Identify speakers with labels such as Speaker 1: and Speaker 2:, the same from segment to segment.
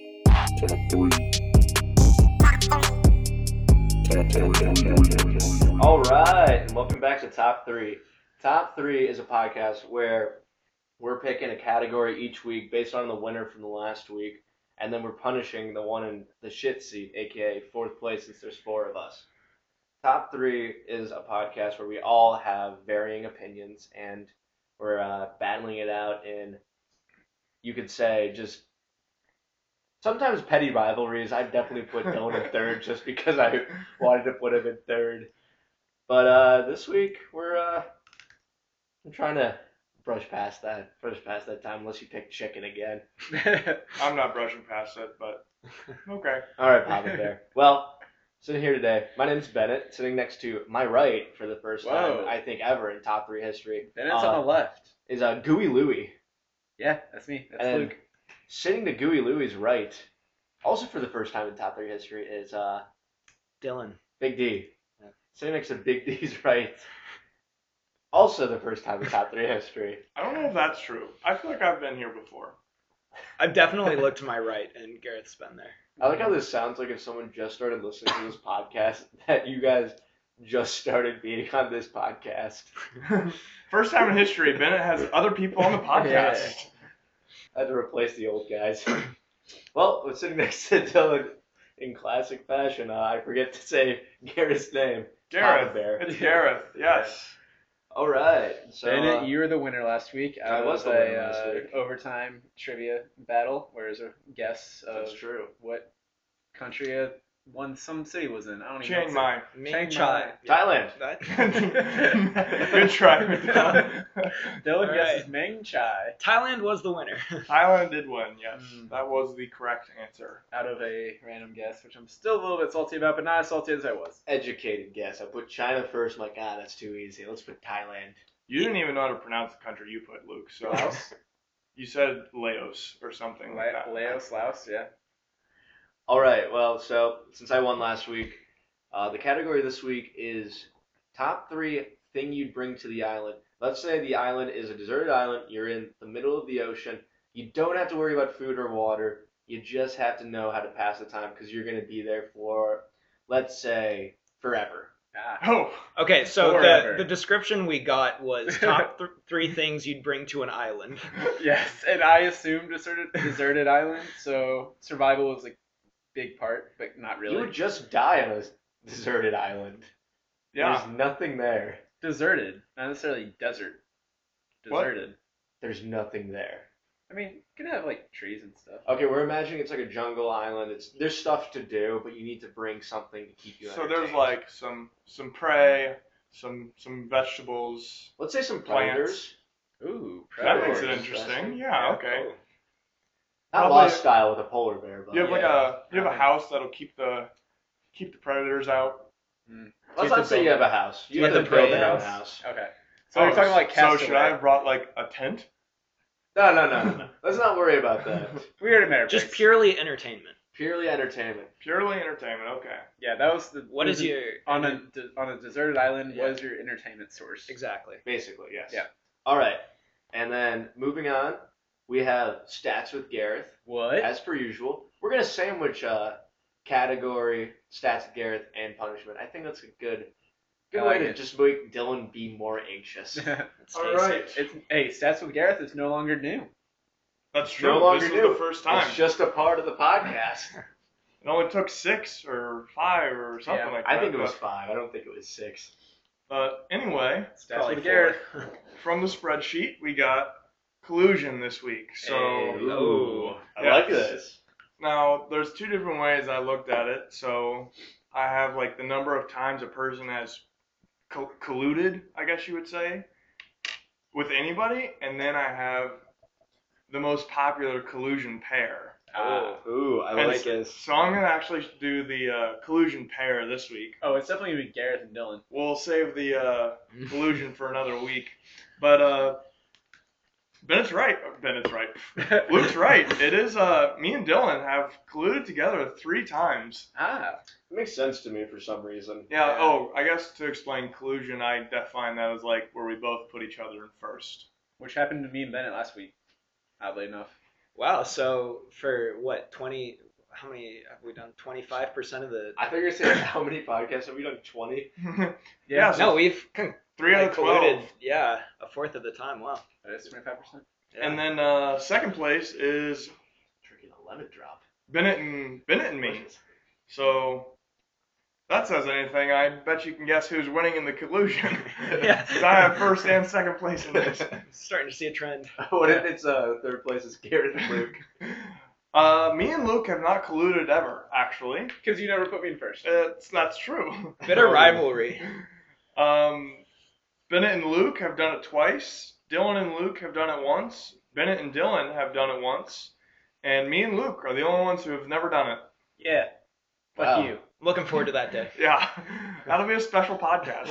Speaker 1: Top three. Top three.
Speaker 2: All right, and welcome back to Top Three. Top Three is a podcast where we're picking a category each week based on the winner from the last week, and then we're punishing the one in the shit seat, aka fourth place, since there's four of us. Top Three is a podcast where we all have varying opinions, and we're uh, battling it out in, you could say, just sometimes petty rivalries. I definitely put Dylan in third just because I wanted to put him in third. But uh, this week we're uh, I'm trying to brush past that, brush past that time unless you pick chicken again.
Speaker 3: I'm not brushing past it, but okay.
Speaker 2: All right, Papa Bear. well, sitting here today, my name's Bennett. Sitting next to my right for the first
Speaker 4: Whoa.
Speaker 2: time I think ever in top three history
Speaker 4: Then it's on the left.
Speaker 2: is uh, Gooey Louie.
Speaker 4: Yeah, that's me. That's
Speaker 2: and-
Speaker 4: Luke.
Speaker 2: Sitting to Gooey Louie's right, also for the first time in top three history is uh,
Speaker 4: Dylan.
Speaker 2: Big D.
Speaker 4: Yeah.
Speaker 2: Sitting next to Big D's right. Also the first time in top three history.
Speaker 3: I don't know if that's true. I feel like I've been here before.
Speaker 5: I've definitely looked to my right, and Gareth's been there.
Speaker 2: I like how this sounds like if someone just started listening to this podcast that you guys just started being on this podcast.
Speaker 3: First time in history, Bennett has other people on the podcast.
Speaker 2: I had to replace the old guys. well, we're sitting next to Dylan in classic fashion. Uh, I forget to say Garrett's name. Papa
Speaker 3: Gareth.
Speaker 2: Bear.
Speaker 3: It's Gareth, yes.
Speaker 2: All right. So uh,
Speaker 4: Bennett, you were the winner last week.
Speaker 2: I
Speaker 4: out
Speaker 2: was
Speaker 4: of
Speaker 2: the
Speaker 4: a,
Speaker 2: winner last
Speaker 4: uh,
Speaker 2: week.
Speaker 4: Overtime trivia battle, where is a guess of
Speaker 2: that's true.
Speaker 4: what country uh, one some city was in. I don't even
Speaker 3: Chiang
Speaker 4: know.
Speaker 3: Mai.
Speaker 4: Chiang Mai.
Speaker 5: Chai.
Speaker 2: Thailand.
Speaker 3: Good try.
Speaker 4: Dylan
Speaker 5: All
Speaker 4: guesses
Speaker 5: right.
Speaker 4: Meng Chai
Speaker 5: Thailand was the winner.
Speaker 3: Thailand did win, yes.
Speaker 4: Mm.
Speaker 3: That was the correct answer.
Speaker 4: out of a random guess, which I'm still a little bit salty about, but not as salty as I was.
Speaker 2: Educated guess. I put China first. I'm like, ah, that's too easy. Let's put Thailand.
Speaker 3: You didn't even know how to pronounce the country you put, Luke, so
Speaker 4: Laos,
Speaker 3: you said Laos or something like
Speaker 4: La-
Speaker 3: that.
Speaker 4: Laos, Laos, yeah.
Speaker 2: All right. Well, so since I won last week, uh, the category this week is top three thing you'd bring to the island. Let's say the island is a deserted island. You're in the middle of the ocean. You don't have to worry about food or water. You just have to know how to pass the time because you're going to be there for, let's say, forever.
Speaker 4: Ah.
Speaker 3: Oh,
Speaker 5: Okay, so
Speaker 4: Forever.
Speaker 5: the, the description we got was top th- three things you'd bring to an island.
Speaker 4: Yes, and I assumed deserted deserted island, so survival was a big part, but not
Speaker 2: You
Speaker 4: really.
Speaker 2: would just die on a deserted island.
Speaker 3: yeah.
Speaker 2: There's nothing there.
Speaker 4: Deserted, not necessarily desert.
Speaker 3: What?
Speaker 4: Deserted.
Speaker 2: There's nothing there.
Speaker 4: I mean, you can have like trees and stuff.
Speaker 2: Okay, we're imagining it's like a jungle island. It's there's stuff to do, but you need to bring something to keep you.
Speaker 3: So there's
Speaker 2: entertained.
Speaker 3: like some some prey, some some vegetables.
Speaker 2: Let's say some
Speaker 3: Plants.
Speaker 2: predators.
Speaker 4: Ooh,
Speaker 3: That
Speaker 2: Predators.
Speaker 3: makes it interesting. Yeah, okay.
Speaker 2: oh, Not
Speaker 3: Probably-
Speaker 2: lost style with a polar bear, but
Speaker 3: You have like
Speaker 4: Yeah.
Speaker 3: a you have a house that'll keep the keep the predators out.
Speaker 2: let's
Speaker 3: keep
Speaker 2: not
Speaker 3: the
Speaker 2: say you have a house. You
Speaker 4: Keep
Speaker 2: have to
Speaker 4: the
Speaker 2: build
Speaker 4: prey
Speaker 2: your own
Speaker 4: out.
Speaker 2: house.
Speaker 4: Okay.
Speaker 2: Oh,
Speaker 4: So you're talking like
Speaker 3: Oh, so
Speaker 4: castaway.
Speaker 3: should I have brought like a tent?
Speaker 2: No, no, no, no, no. let's not worry about that.
Speaker 4: We already made our
Speaker 5: Just
Speaker 4: picks.
Speaker 5: purely entertainment.
Speaker 2: Purely entertainment.
Speaker 3: Purely entertainment. Okay.
Speaker 4: Yeah, that was the.
Speaker 5: What is
Speaker 3: Mm-hmm.
Speaker 4: the-
Speaker 5: your
Speaker 4: on a de- on a deserted island?
Speaker 5: Yeah.
Speaker 4: What is your entertainment source?
Speaker 5: exactly?
Speaker 2: Basically, yes.
Speaker 4: Yeah.
Speaker 2: All right, and then moving on, we have stats with Gareth.
Speaker 4: What?
Speaker 2: As per usual, we're gonna sandwich uh, category stats with Gareth and punishment. I think that's a good, good
Speaker 4: I
Speaker 2: way
Speaker 4: like
Speaker 2: to
Speaker 4: it.
Speaker 2: just make Dylan be more anxious.
Speaker 5: Let's
Speaker 3: All
Speaker 5: face it.
Speaker 3: right.
Speaker 4: it's hey, stats with Gareth is no longer new.
Speaker 3: That's
Speaker 2: No
Speaker 3: true.
Speaker 2: longer
Speaker 3: this is
Speaker 2: new.
Speaker 3: the first time.
Speaker 2: It's just a part of the podcast.
Speaker 3: It only took six or five or something
Speaker 4: Yeah,
Speaker 3: like that.
Speaker 2: I think it was five. I don't think it was six.
Speaker 3: But, but anyway,
Speaker 4: Stats
Speaker 5: Probably
Speaker 4: with
Speaker 5: four.
Speaker 4: Gareth.
Speaker 3: from the spreadsheet we got collusion this week. So
Speaker 2: Hey.
Speaker 5: Ooh.
Speaker 2: I
Speaker 3: Yes.
Speaker 2: like this.
Speaker 3: Now, there's two different ways I looked at it. So I have like the number of times a person has col- colluded, I guess you would say, with anybody, and then I have the most popular collusion pair.
Speaker 4: Ah.
Speaker 2: Ooh, I
Speaker 3: And
Speaker 2: like
Speaker 3: s-
Speaker 2: this.
Speaker 3: So I'm gonna actually do the uh, collusion pair this week.
Speaker 4: Oh, it's definitely gonna be Gareth and Dylan.
Speaker 3: We'll save the uh, collusion for another week. But uh, Bennett's right. Bennett's right. Luke's right. It is uh, me and Dylan have colluded together three times.
Speaker 4: ah,
Speaker 2: It makes sense to me for some reason.
Speaker 3: Yeah,
Speaker 4: Yeah.
Speaker 3: oh, I guess to explain collusion, I define that as like where we both put each other in first.
Speaker 4: which happened to me and Bennett last week. Oddly enough.
Speaker 5: Wow. So for what twenty? how many have we done? Twenty five percent of the.
Speaker 2: I thought you were saying how many podcasts have we done? Twenty.
Speaker 3: Yeah, so
Speaker 5: no, we've con-
Speaker 3: three out
Speaker 5: like,
Speaker 3: of twelve.
Speaker 5: colluded, Yeah, a fourth of the time. Wow.
Speaker 4: That's twenty five percent.
Speaker 5: Yeah.
Speaker 3: And then uh, second place is
Speaker 2: Drinking a lemon drop.
Speaker 3: Bennett and Bennett and me. So that says anything. I bet you can guess who's winning in the collusion.
Speaker 5: Yeah.
Speaker 3: 'Cause I have first and second place in this.
Speaker 5: starting to see a trend.
Speaker 2: what if it's uh third place is Garrett and Luke?
Speaker 3: Uh, me and Luke have not colluded ever, actually.
Speaker 4: Because you never put me in first.
Speaker 3: It's that's true.
Speaker 5: Bitter rivalry.
Speaker 3: Um, Bennett and Luke have done it twice. Dylan and Luke have done it once. Bennett and Dylan have done it once. And me and Luke are the only ones who have never done it.
Speaker 5: Yeah.
Speaker 2: Wow.
Speaker 4: Fuck you.
Speaker 5: Looking forward to that day.
Speaker 3: Yeah, that'll be a special podcast.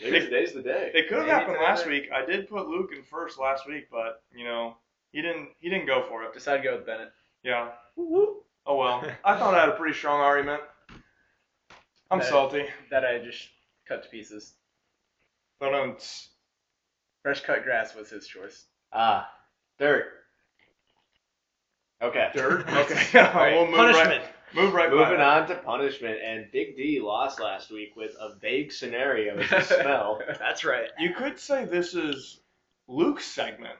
Speaker 2: Maybe today's the day.
Speaker 3: It could have
Speaker 4: Maybe
Speaker 3: happened
Speaker 4: today.
Speaker 3: last week. I did put Luke in first last week, but you know he didn't. He didn't go for it.
Speaker 4: Decided to go with Bennett.
Speaker 3: Yeah. Oh well. I thought I had a pretty strong argument. I'm
Speaker 4: That-
Speaker 3: salty.
Speaker 4: That I just cut to pieces.
Speaker 3: But um, it's-
Speaker 4: Fresh cut grass was his choice.
Speaker 2: Ah, dirt. Okay.
Speaker 3: dirt. Okay. we'll move
Speaker 5: Punishment.
Speaker 3: right. Move right. by
Speaker 2: Moving
Speaker 3: that.
Speaker 2: on to punishment, and Big D lost last week with a vague scenario as a smell.
Speaker 5: That's right.
Speaker 3: You could say this is Luke's segment.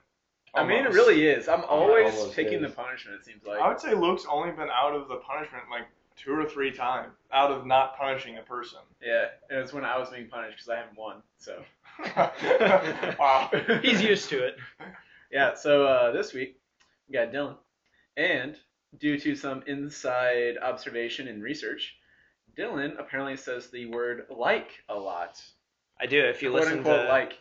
Speaker 4: I mean, it
Speaker 3: almost.
Speaker 4: really is. I'm always
Speaker 2: almost is.
Speaker 4: taking the punishment. It seems
Speaker 3: I
Speaker 4: like.
Speaker 3: would say Luke's only been out of the punishment like two or three times out of not punishing a person.
Speaker 4: Yeah, and it's when I was being punished because I haven't won. So.
Speaker 3: wow.
Speaker 5: He's used to it.
Speaker 4: Yeah, so uh, this week we got Dylan, and due to some inside observation and research, Dylan apparently says the word "like" a lot.
Speaker 5: I do. If you
Speaker 4: quote
Speaker 5: listen
Speaker 4: unquote
Speaker 5: to
Speaker 4: like.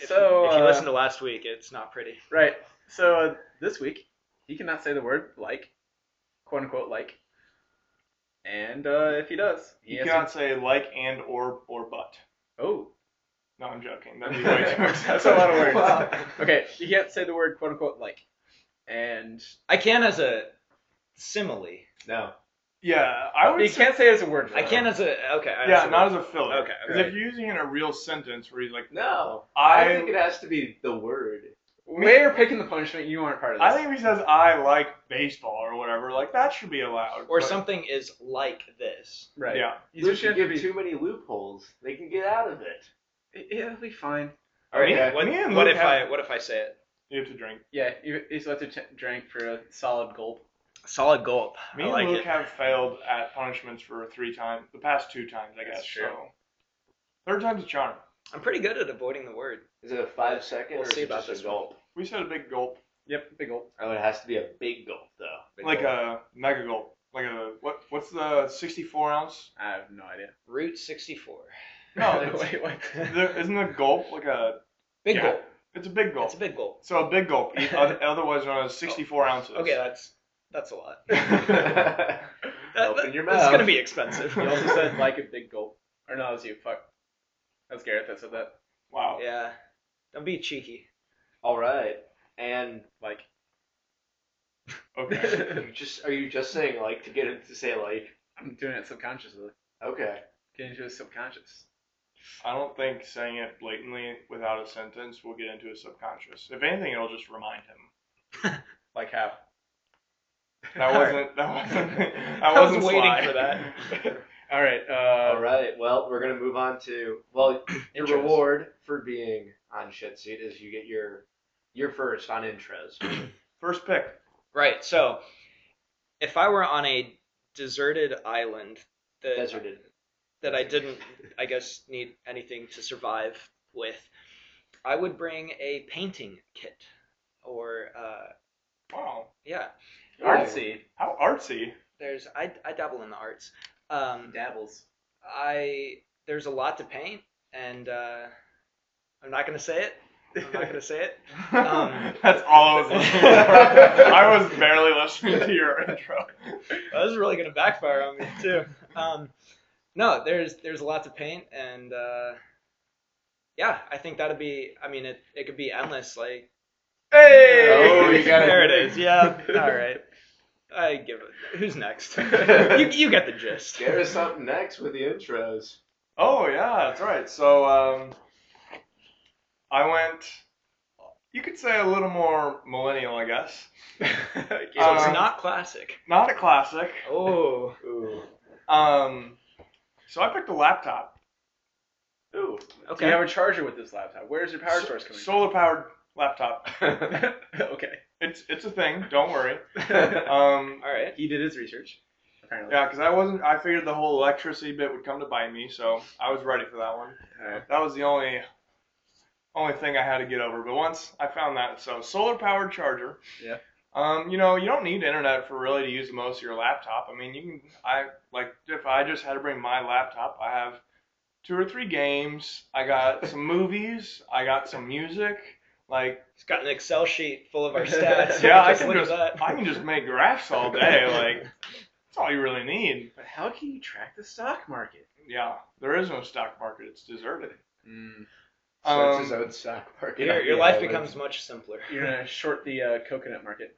Speaker 5: if,
Speaker 4: So,
Speaker 5: if you
Speaker 4: uh,
Speaker 5: listen to last week, it's not pretty.
Speaker 4: Right. So uh, this week, he cannot say the word like, quote unquote like. And uh, if he does, he,
Speaker 3: You
Speaker 4: has
Speaker 3: cannot say like and or or but.
Speaker 4: to, oh
Speaker 3: No, I'm joking. That'd be way too excessive.
Speaker 4: That's a lot of words.
Speaker 3: Wow.
Speaker 4: okay, he can't say the word quote unquote like. And
Speaker 5: I can as a simile.
Speaker 2: No.
Speaker 3: Yeah, I would.
Speaker 4: he
Speaker 3: say,
Speaker 4: can't say it as a word.
Speaker 5: I can as a okay. I
Speaker 3: yeah,
Speaker 5: as a-
Speaker 3: not as a filler.
Speaker 5: Okay,
Speaker 3: Because
Speaker 5: okay.
Speaker 3: if you're using it in a real sentence where he's like,
Speaker 2: No. Oh. I, think
Speaker 3: I,
Speaker 2: it has to be the word.
Speaker 4: We're picking the punishment. You aren't part of this.
Speaker 3: I think if he says I like baseball or whatever, like that should be allowed.
Speaker 5: or
Speaker 3: but-
Speaker 5: something is like this.
Speaker 4: right.
Speaker 3: Yeah.
Speaker 4: You
Speaker 2: You
Speaker 4: just
Speaker 2: should
Speaker 4: have to
Speaker 2: give
Speaker 4: be.
Speaker 2: too many loopholes. They can get out of it.
Speaker 4: Yeah, it'll be fine.
Speaker 2: All right.
Speaker 3: Yeah.
Speaker 2: okay.
Speaker 5: What,
Speaker 3: Me and
Speaker 5: what
Speaker 3: Luke
Speaker 5: if
Speaker 3: have-
Speaker 5: I what if I say it?
Speaker 3: You have to drink.
Speaker 4: Yeah, you- he's about to t- drink for a solid gulp.
Speaker 5: Solid gulp.
Speaker 3: Me
Speaker 5: I
Speaker 3: and
Speaker 5: like
Speaker 3: Luke
Speaker 5: it.
Speaker 3: have failed at punishments for three times, the past two times, I
Speaker 4: That's
Speaker 3: guess.
Speaker 4: true.
Speaker 3: So third time's a charm.
Speaker 5: I'm pretty good at avoiding the word.
Speaker 2: Is it a five second
Speaker 5: We'll
Speaker 2: or is
Speaker 5: see
Speaker 2: it
Speaker 5: about
Speaker 2: just a
Speaker 5: this one.
Speaker 2: gulp?
Speaker 3: We said a big gulp,
Speaker 4: Yep, big gulp.
Speaker 2: Oh, it has to be a big gulp though.
Speaker 3: like a mega gulp, like a what? What's the 64 ounce?
Speaker 4: I have no idea.
Speaker 5: Route 64.
Speaker 3: No,
Speaker 4: Wait,
Speaker 3: it's-
Speaker 4: wait, what?
Speaker 3: there, isn't a gulp like a?
Speaker 5: Big
Speaker 3: Yeah.
Speaker 5: gulp.
Speaker 3: It's a big gulp.
Speaker 5: It's a big gulp.
Speaker 3: so a big gulp, e- oth- otherwise known as 64 ounces.
Speaker 5: Okay, that's that's a lot. That-
Speaker 2: Open
Speaker 5: that-
Speaker 2: your
Speaker 5: That's
Speaker 2: mouth.
Speaker 5: gonna be expensive.
Speaker 4: You also said like a big gulp. Or no, that was you. Fuck. That's Garrett that said that.
Speaker 3: Wow.
Speaker 5: yeah. Don't be cheeky.
Speaker 2: All right. And
Speaker 4: Like.
Speaker 3: Okay.
Speaker 2: you just are you just saying like to get him to say like
Speaker 4: I'm doing it subconsciously.
Speaker 2: okay?
Speaker 4: Getting into his subconscious.
Speaker 3: I don't think saying it blatantly without a sentence will get into his subconscious. If anything, it'll just remind him.
Speaker 4: Like how?
Speaker 3: That
Speaker 5: All right.
Speaker 3: wasn't. That wasn't.
Speaker 5: I
Speaker 3: I
Speaker 5: was
Speaker 3: wasn't
Speaker 5: waiting
Speaker 3: sly.
Speaker 5: for that.
Speaker 4: All right. Uh,
Speaker 2: All right. Well, we're gonna move on to well, your
Speaker 4: Intros.
Speaker 2: reward for being on shit seat is you get your your first on intros.
Speaker 3: First pick.
Speaker 5: Right. So, if I were on a deserted island that
Speaker 2: Deserted.
Speaker 5: that I didn't, I guess, need anything to survive with, I would bring a painting kit, or uh,
Speaker 3: Wow.
Speaker 5: yeah.
Speaker 4: Artsy.
Speaker 3: How artsy.
Speaker 5: There's I, I dabble in the arts. Um,
Speaker 4: Dabbles.
Speaker 5: I there's a lot to paint, and uh, I'm not gonna say it. I'm not gonna say it. Um,
Speaker 3: That's all I was looking for. I was barely listening to your intro.
Speaker 5: That was really gonna backfire on me too. Um, no, there's there's a lot to paint, and uh, yeah, I think that'd be. I mean, it it could be endless. Like
Speaker 3: Hey!
Speaker 2: Oh, you got it.
Speaker 5: there it is. Yeah. All right. I give it. Who's next? you, you get the gist.
Speaker 2: There is something next with the intros.
Speaker 3: Oh yeah, that's right. So um, I went You could say a little more millennial, I guess.
Speaker 5: So it's
Speaker 3: Um,
Speaker 5: not classic.
Speaker 3: Not a classic.
Speaker 5: Oh,
Speaker 2: Ooh.
Speaker 3: Um, so I picked a laptop,
Speaker 2: Ooh.
Speaker 4: Do
Speaker 5: okay.
Speaker 4: you have a charger with this laptop? Where's your power source coming
Speaker 3: solar powered laptop.
Speaker 4: from? okay.
Speaker 3: It's it's a thing. Don't worry. Um,
Speaker 5: All right.
Speaker 4: he did his research, apparently.
Speaker 3: yeah, because I wasn't. I figured the whole electricity bit would come to bite me, so I was ready for that one.
Speaker 4: Alright.
Speaker 3: That was the only only thing I had to get over. But once I found that, so solar powered charger.
Speaker 4: Yeah.
Speaker 3: Um, you know, you don't need internet for really to use the most of your laptop. I mean, you can. I like if I just had to bring my laptop, I have two or three games. I got some movies. I got some music. Like
Speaker 5: It's got an Excel sheet full of our stats.
Speaker 3: Yeah, I
Speaker 5: Just
Speaker 3: can
Speaker 5: look at that.
Speaker 3: I can just make graphs all day. Like that's all you really need.
Speaker 4: But how can you track the stock market?
Speaker 3: Yeah, there is no stock market. It's deserted.
Speaker 2: So it's his
Speaker 3: Um,
Speaker 2: own stock market.
Speaker 5: Your, your
Speaker 2: Yeah,
Speaker 5: life
Speaker 2: like-
Speaker 5: becomes much simpler.
Speaker 4: You're gonna short the uh, coconut market.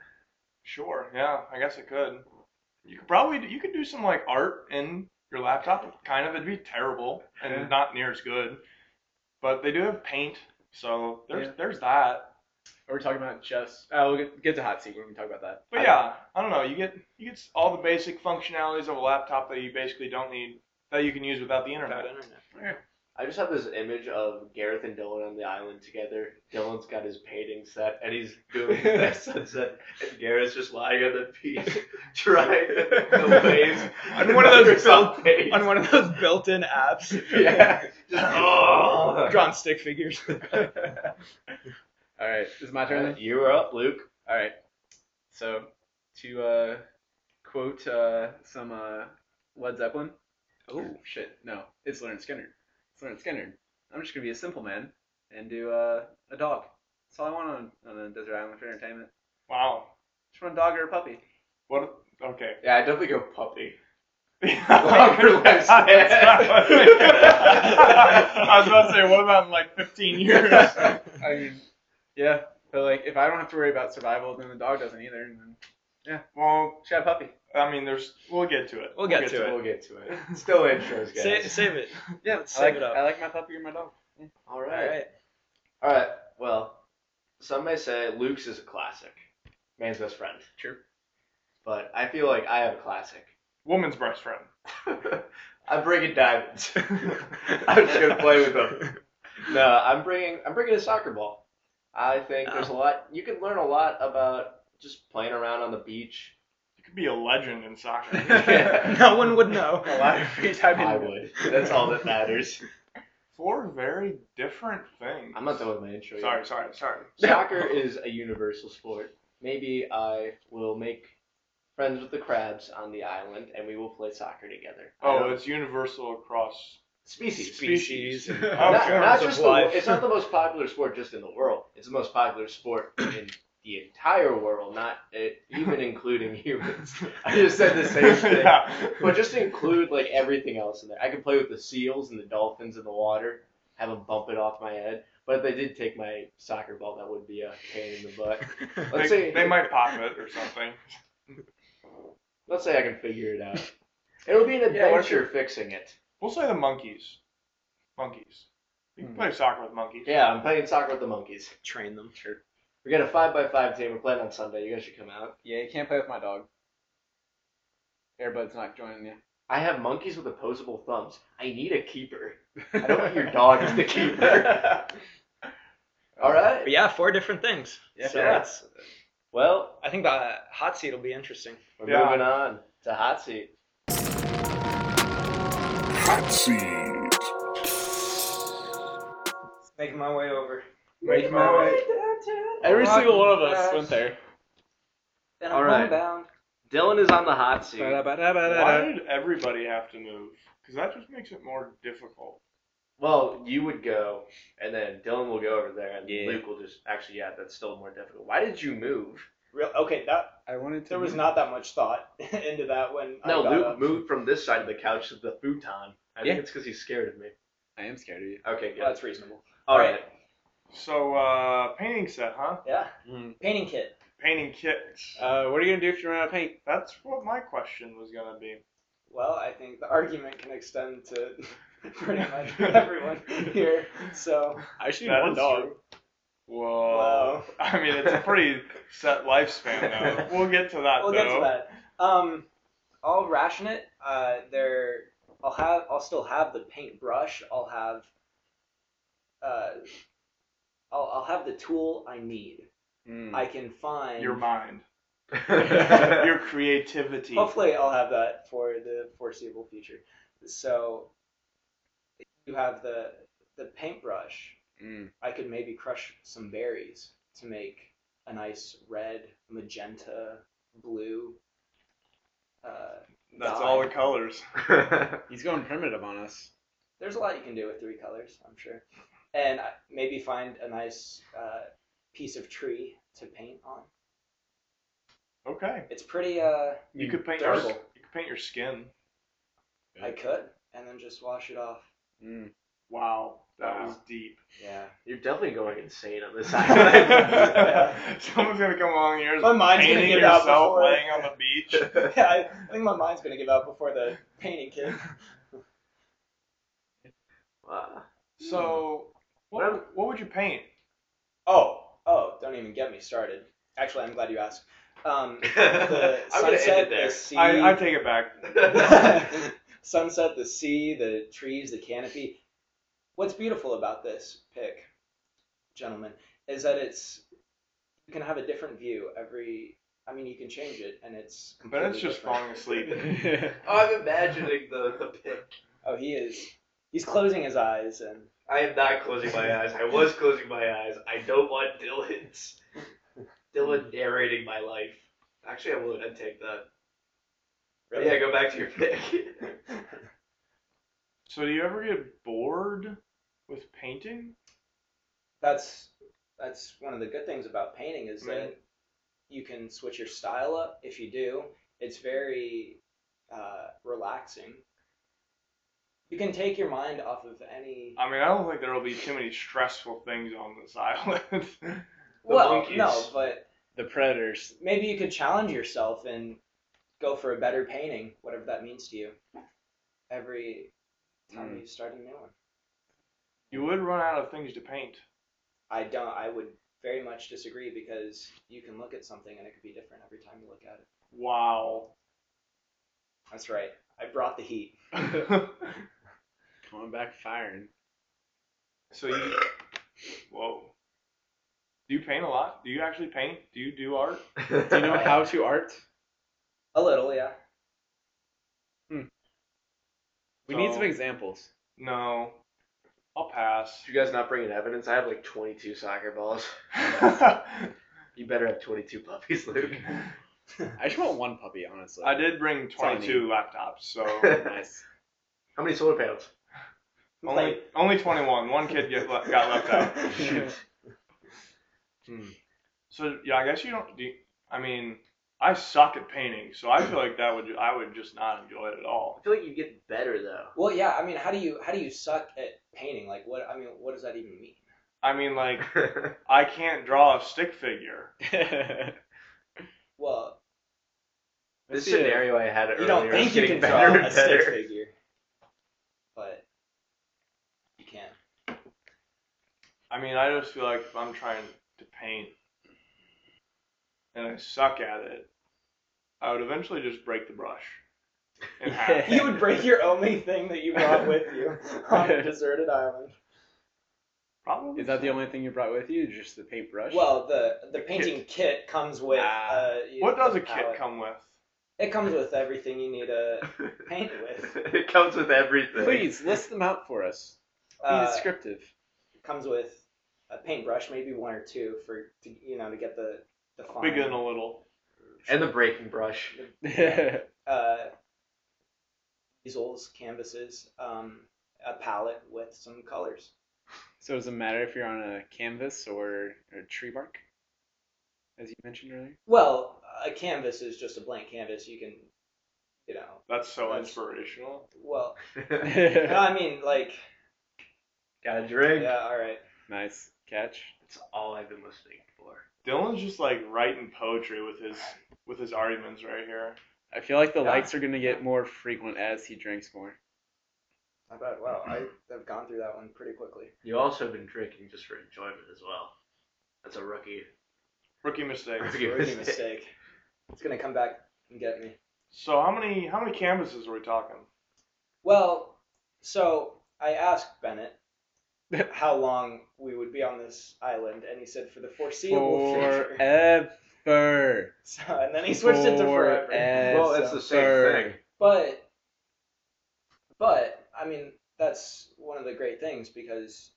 Speaker 3: Sure. Yeah, I guess I could. You could probably do- you could do some like art in your laptop. Kind of, it'd be terrible and
Speaker 4: Yeah.
Speaker 3: not near as good. But they do have paint, so there's
Speaker 4: Yeah.
Speaker 3: there's that.
Speaker 4: Or we're talking about just. Oh, we'll get, get to hot seat. We can talk about that.
Speaker 3: But yeah, I don't know. You get you get all the basic functionalities of a laptop that you basically don't need that you can use without the
Speaker 5: Without
Speaker 3: internet.
Speaker 5: internet.
Speaker 2: I just have this image of Gareth and Dylan on the island together. Dylan's got his painting set and he's doing that sunset, and Gareth's just lying on the beach, trying the, the waves.
Speaker 5: On one of those
Speaker 2: Himself paints.
Speaker 5: On one of those built-in apps,
Speaker 2: yeah. Just, oh.
Speaker 5: drawn stick figures.
Speaker 4: All right, is it my turn. then?
Speaker 2: Uh, You were up, Luke.
Speaker 4: All right. So, to uh, quote uh, some uh, Led Zeppelin. Oh shit! No, it's Leonard Skinner. It's Leonard Skinner. I'm just gonna be a simple man and do uh, a dog. That's all I want on, on a desert island for entertainment.
Speaker 3: Wow.
Speaker 4: Just want a dog or a puppy.
Speaker 3: What? Okay.
Speaker 2: Yeah, I definitely go puppy.
Speaker 3: Longer
Speaker 2: lifespan.
Speaker 3: I was about to say, what about in like 15 years?
Speaker 4: I mean, yeah. But like, if I don't have to worry about survival, then the dog doesn't either. And then
Speaker 3: Well,
Speaker 4: she got a puppy.
Speaker 3: I mean, there's. We'll get to it.
Speaker 5: We'll get to it.
Speaker 2: We'll get to it. Still intros, guys.
Speaker 5: Sa- save it.
Speaker 4: Yeah,
Speaker 5: Let's
Speaker 4: I like,
Speaker 5: save it up.
Speaker 4: I like my puppy or my dog.
Speaker 2: All
Speaker 5: All
Speaker 2: right.
Speaker 5: right.
Speaker 2: All right. Well, some may say Luke's is a classic, man's best friend.
Speaker 4: True.
Speaker 2: But I feel like I have a classic.
Speaker 3: Woman's best friend.
Speaker 2: I'm bringing diamonds. I'm just gonna play with them. No, I'm bringing I'm bringing a soccer ball. I think there's a lot you can learn a lot about just playing around on the beach.
Speaker 3: You could be a legend in soccer.
Speaker 2: Yeah.
Speaker 5: No one would know.
Speaker 4: A lot of free time.
Speaker 2: I
Speaker 4: in-
Speaker 2: would. That's all that matters.
Speaker 3: Four very different things.
Speaker 2: I'm not done with my intro. yet.
Speaker 3: Sorry, sorry, sorry.
Speaker 2: Soccer is a universal sport. Maybe I will make friends with the crabs on the island and we will play soccer together. I
Speaker 3: Oh,
Speaker 2: don't-
Speaker 3: it's universal across.
Speaker 2: species.
Speaker 5: Species.
Speaker 3: Oh,
Speaker 2: not,
Speaker 3: sure.
Speaker 2: not
Speaker 5: Terms of
Speaker 2: just
Speaker 5: life.
Speaker 2: The, it's not the most popular sport just in the world. It's the most popular sport in the entire world, not uh, even including humans. I just said the same thing.
Speaker 3: yeah.
Speaker 2: But just include like everything else in there. I could play with the seals and the dolphins in the water, have them bump it off my head. But if they did take my soccer ball, that would be a pain in the butt. Let's
Speaker 3: they,
Speaker 2: say
Speaker 3: they might pop it or something.
Speaker 2: let's say I can figure it out. It'll be an
Speaker 4: Yeah, why don't
Speaker 2: adventure fixing it.
Speaker 3: We'll say the monkeys. Monkeys. You
Speaker 5: Hmm.
Speaker 3: can play soccer with monkeys.
Speaker 2: Yeah, I'm playing soccer with the monkeys.
Speaker 5: Train them. Sure.
Speaker 2: We got a five by five team. We're playing on Sunday. You guys should come out.
Speaker 4: Yeah, you can't play with my dog. Airbud's not joining you.
Speaker 2: I have monkeys with opposable thumbs. I need a keeper. I don't think your dog is the keeper.
Speaker 4: Oh.
Speaker 2: All
Speaker 5: But
Speaker 2: right.
Speaker 5: yeah, four different things.
Speaker 4: Yeah,
Speaker 5: so
Speaker 2: yeah.
Speaker 5: that's-
Speaker 2: Well,
Speaker 5: I think the hot seat will be interesting.
Speaker 2: we're
Speaker 3: Yeah.
Speaker 2: moving on to hot seat.
Speaker 1: Hot seat.
Speaker 5: Making my way over.
Speaker 3: Make my way.
Speaker 4: Every
Speaker 5: Walking
Speaker 4: single one of us
Speaker 5: fast.
Speaker 4: went there.
Speaker 5: Then
Speaker 2: All right.
Speaker 5: homebound.
Speaker 2: Dylan is on the hot seat.
Speaker 3: Why did everybody have to move? Because that just makes it more difficult.
Speaker 2: Well, you would go, and then Dylan will go over there, and
Speaker 5: Yeah.
Speaker 2: Luke will just actually. Yeah, that's still more difficult. Why did you move?
Speaker 5: Real, okay, that
Speaker 4: I wanted to.
Speaker 5: there was not that much thought into that when I
Speaker 2: No,
Speaker 5: got
Speaker 2: Luke
Speaker 5: up.
Speaker 2: moved from this side of the couch to the futon. I
Speaker 4: Yeah.
Speaker 2: think it's because he's scared of me.
Speaker 4: I am scared of you.
Speaker 2: Okay, good.
Speaker 5: Well, that's reasonable.
Speaker 2: All right.
Speaker 3: So, uh, painting set, huh?
Speaker 5: Yeah. Painting kit.
Speaker 3: Painting kits.
Speaker 4: Uh, what are you gonna do if you run out of paint?
Speaker 3: That's what my question was going to be.
Speaker 5: Well, I think the argument can extend to pretty much everyone here. So
Speaker 4: I just need
Speaker 3: That
Speaker 4: one
Speaker 3: is
Speaker 4: dog.
Speaker 3: true. Whoa.
Speaker 5: Wow.
Speaker 3: I mean, it's a pretty set lifespan, though. We'll get to that, though.
Speaker 5: we'll get to that. Um, I'll ration it. Uh, there, I'll have, I'll still have the paintbrush. I'll have, uh, I'll, I'll have the tool I need.
Speaker 4: Hmm.
Speaker 5: I can find
Speaker 3: Hmm. Your mind,
Speaker 4: Mm.
Speaker 3: your creativity.
Speaker 5: Hopefully, I'll have that for the foreseeable future. So, you have the the paintbrush.
Speaker 4: Mm.
Speaker 5: I could maybe crush some berries to make a nice red, magenta, blue. Uh,
Speaker 3: That's all the colors.
Speaker 4: He's going primitive on us.
Speaker 5: there's a lot you can do with three colors, I'm sure. And I- maybe find a nice uh, piece of tree to paint on.
Speaker 3: Okay.
Speaker 5: It's pretty. Uh,
Speaker 3: You could paint your,
Speaker 5: durable.
Speaker 3: you could paint your skin.
Speaker 5: I could, and then just wash it off.
Speaker 4: Mm.
Speaker 3: Wow, that
Speaker 2: Wow.
Speaker 3: was deep.
Speaker 5: Yeah.
Speaker 2: You're definitely going insane on this island.
Speaker 3: Someone's gonna come along here.
Speaker 5: My mind's gonna
Speaker 3: painting
Speaker 5: give out
Speaker 3: yourself
Speaker 5: before-
Speaker 3: laying on the beach.
Speaker 5: yeah, I, I think my mind's gonna give out before the painting kid.
Speaker 2: wow.
Speaker 3: So, what, what would you paint?
Speaker 5: Oh, oh, don't even get me started. Actually, I'm glad you asked. Um, the
Speaker 2: I'm gonna end
Speaker 5: sunset,
Speaker 2: it there.
Speaker 5: the sea,
Speaker 3: I, I take it back.
Speaker 5: sunset, the sea, the trees, the canopy. What's beautiful about this pick, gentlemen, is that it's you can have a different view every. I mean, you can change it, and it's.
Speaker 3: But
Speaker 5: completely
Speaker 3: it's just
Speaker 5: different.
Speaker 3: falling asleep.
Speaker 2: I'm imagining the, the pic.
Speaker 5: Oh, he is. He's closing his eyes and.
Speaker 2: I am not closing my eyes. I was closing my eyes. I don't want Dylan's Dylan narrating my life. Actually, I would. I'd take that. But yeah, go back to your pick.
Speaker 3: So, do you ever get bored with painting?
Speaker 5: that's that's one of the good things about painting is
Speaker 3: Right.
Speaker 5: that you can switch your style up if you do it's very uh, relaxing you can take your mind off of any
Speaker 3: I mean, I don't think there will be too many stressful things on this island.
Speaker 5: well
Speaker 3: monkeys.
Speaker 5: no but
Speaker 4: the predators.
Speaker 5: maybe you could challenge yourself and go for a better painting whatever that means to you every time you start a new one
Speaker 3: you would run out of things to paint.
Speaker 5: i don't i would very much disagree because you can look at something and it could be different every time you look at it
Speaker 3: Wow.
Speaker 5: that's right i brought the heat
Speaker 3: so
Speaker 4: Coming back firing.
Speaker 3: you. Whoa. Do you paint a lot? Do you actually paint? Do you do art?
Speaker 4: Do you know how to art?
Speaker 5: a little yeah
Speaker 4: We need
Speaker 3: So-
Speaker 4: some examples.
Speaker 3: No. I'll pass.
Speaker 2: you guys not bringing evidence? I have like 22 soccer balls.
Speaker 3: I
Speaker 2: You better have 22 puppies, Luke.
Speaker 4: I just want one puppy, honestly.
Speaker 3: did bring
Speaker 4: all I
Speaker 3: 22 laptops, so
Speaker 4: nice.
Speaker 2: How many solar panels?
Speaker 3: only only 21. One kid get, le- got left out. So yeah, I guess you don't. Do you- I mean, I suck at painting, so I feel like that would I would just not enjoy it at all.
Speaker 2: I feel like you get better though.
Speaker 5: Well, yeah. I mean, how do you how do you suck at painting? Like, what I mean, what does that even mean?
Speaker 3: I mean, like I can't draw a stick figure.
Speaker 5: Well,
Speaker 2: this
Speaker 4: Let's see it.
Speaker 2: scenario I had earlier.
Speaker 5: you don't
Speaker 2: is
Speaker 5: think you
Speaker 2: getting
Speaker 5: can draw
Speaker 2: better
Speaker 5: a
Speaker 2: and
Speaker 5: stick
Speaker 2: better.
Speaker 5: figure, but you can.
Speaker 3: I mean, I just feel like if I'm trying to paint and I suck at it, I would eventually just break the brush in half.
Speaker 5: You would break your only thing that you brought with you on a deserted island.
Speaker 3: Probably.
Speaker 4: Is that the only thing you brought with you? Just the paintbrush?
Speaker 5: Well, the the
Speaker 3: The
Speaker 5: painting kit comes with. Uh,
Speaker 4: Ah.
Speaker 5: you-
Speaker 3: What does a
Speaker 5: palette.
Speaker 3: kit come with?
Speaker 5: It comes with everything you need uh, to paint with.
Speaker 2: it comes with everything.
Speaker 4: please list them out for us. Be
Speaker 5: Uh,
Speaker 4: descriptive.
Speaker 5: comes with a paintbrush, maybe one or two for to, you know to get the the fine.
Speaker 3: Big and a little.
Speaker 2: And the breaking brush.
Speaker 5: uh, easels, canvases, um, a palette with some colors.
Speaker 4: so does it matter if you're on a canvas or, or a tree bark, as you mentioned earlier?
Speaker 5: Well, a canvas is just a blank canvas. You can, you know,
Speaker 3: That's so
Speaker 5: That's-
Speaker 3: inspirational.
Speaker 5: well, no, I mean, like,
Speaker 2: Got a drink.
Speaker 5: yeah, all right.
Speaker 4: nice catch.
Speaker 2: That's all I've been listening for.
Speaker 3: Dylan's just like writing poetry with his with his arguments right here.
Speaker 4: I feel like the
Speaker 5: Yeah.
Speaker 4: likes are gonna get more frequent as he drinks more.
Speaker 5: I thought, wow, I have gone through that one pretty quickly.
Speaker 2: You also have been drinking just for enjoyment as well. That's a rookie.
Speaker 3: Rookie mistake.
Speaker 2: Rookie
Speaker 5: Rookie
Speaker 2: mistake.
Speaker 5: mistake. It's gonna come back and get me.
Speaker 3: So how many how many canvases are we talking?
Speaker 5: Well, so I asked Bennett how long we would be on this island, and he said for the foreseeable future.
Speaker 4: Forever.
Speaker 5: So, and then he switched it to forever.
Speaker 2: Well, it's the same thing.
Speaker 5: But, but I mean, that's one of the great things because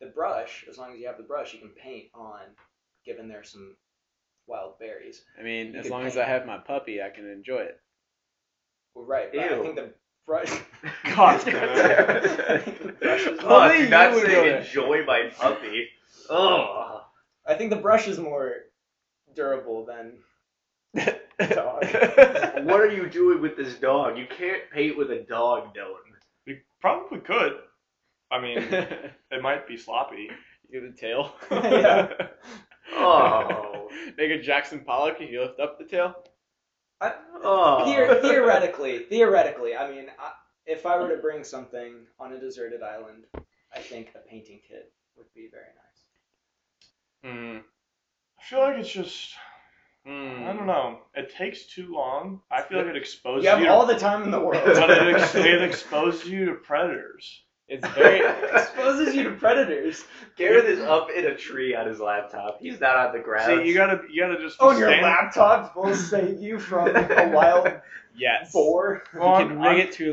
Speaker 5: the brush, as long as you have the brush, you can paint on. Given there's some wild berries,
Speaker 4: I mean,
Speaker 5: You
Speaker 4: as
Speaker 5: could
Speaker 4: long as I
Speaker 5: paint.
Speaker 4: have my puppy, I can enjoy it.
Speaker 5: well, right? But I
Speaker 2: Ew.
Speaker 5: think the brush.
Speaker 3: God damn it.
Speaker 5: brush is
Speaker 2: Oh,
Speaker 4: Only
Speaker 2: do not
Speaker 4: you would do
Speaker 2: say
Speaker 4: it.
Speaker 2: enjoy my puppy. Oh,
Speaker 5: I think the brush is more durable than dog.
Speaker 2: what are you doing with this dog? You can't paint with a dog, Dylan.
Speaker 3: We probably could. I mean, it might be sloppy.
Speaker 4: You get the tail.
Speaker 5: Yeah.
Speaker 2: Oh.
Speaker 4: Make a Jackson Pollock and you lift up the tail.
Speaker 5: I,
Speaker 2: Oh.
Speaker 5: Theor- theoretically, theoretically, I mean, I, if I were to bring something on a deserted island, I think a painting kit would be very nice.
Speaker 4: Hmm.
Speaker 3: I feel like it's just
Speaker 4: Hmm.
Speaker 3: I don't know. It takes too long. I feel like it exposes
Speaker 5: You have
Speaker 3: you.
Speaker 5: all
Speaker 3: to,
Speaker 5: the time in the
Speaker 3: but
Speaker 5: world.
Speaker 3: it, ex- it exposes you to predators.
Speaker 4: It's very.
Speaker 5: exposes you to predators.
Speaker 2: Gareth is up in a tree on his laptop. He's not on the ground.
Speaker 3: See, you gotta you gotta just.
Speaker 5: Oh, and your
Speaker 3: stand-
Speaker 5: laptop will save you from a wild
Speaker 4: yes.
Speaker 5: boar.
Speaker 4: You
Speaker 3: Well, I'm-
Speaker 4: can
Speaker 3: I'm-
Speaker 4: rig it to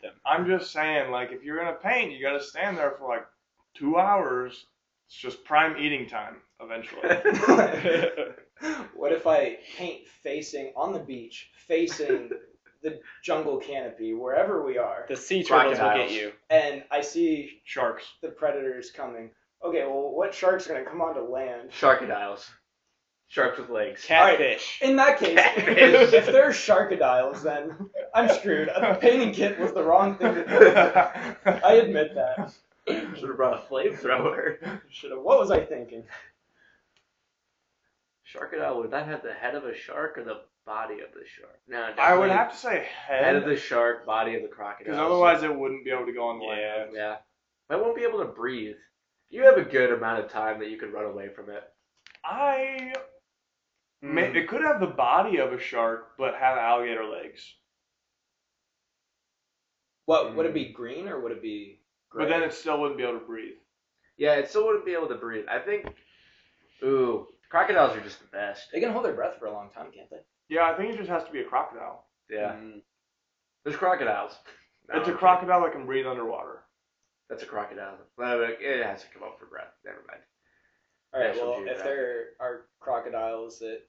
Speaker 4: them.
Speaker 3: I'm just saying, like, if you're gonna paint, you gotta stand there for like two hours. It's just prime eating time eventually.
Speaker 5: What if I paint facing on the beach, facing the jungle canopy, wherever we are,
Speaker 4: The sea turtles will get
Speaker 2: Crocodiles.
Speaker 4: you.
Speaker 5: and I see
Speaker 3: Sharks.
Speaker 5: the predators coming? Okay, well, what shark's gonna come onto land?
Speaker 2: Sharkadiles. Sharks with legs.
Speaker 4: Catfish.
Speaker 5: In that case, if, if there's sharkadiles, then I'm screwed. A painting kit was the wrong thing to do. I admit that.
Speaker 2: Should have brought a flamethrower.
Speaker 5: Should have. What was I thinking?
Speaker 2: Sharkadile would not have the head of a shark or the body of the shark. No,
Speaker 3: I would
Speaker 2: definitely
Speaker 3: have to say
Speaker 2: head of
Speaker 3: head,
Speaker 2: the shark, body of the crocodile.
Speaker 3: because otherwise it wouldn't be able to go on land.
Speaker 2: yeah, I won't be able to breathe. You have a good amount of time that you could run away from it.
Speaker 3: I may,
Speaker 4: Hmm.
Speaker 3: it could have the body of a shark, but have alligator legs.
Speaker 5: What would it be? Green or would it be?
Speaker 3: But then it still wouldn't be able to breathe.
Speaker 2: yeah, it still wouldn't be able to breathe. I think. Ooh, crocodiles are just the best.
Speaker 5: They can hold their breath for a long time, can't they?
Speaker 3: Yeah, I think it just has to be a crocodile.
Speaker 2: Yeah,
Speaker 4: Mm.
Speaker 2: there's crocodiles. No,
Speaker 3: it's a
Speaker 2: I'm kidding.
Speaker 3: crocodile that can breathe underwater.
Speaker 2: That's a crocodile. No, but It has to come up for breath. Never mind.
Speaker 5: All right.
Speaker 2: National
Speaker 5: Well, if
Speaker 2: Geographic.
Speaker 5: there are crocodiles that,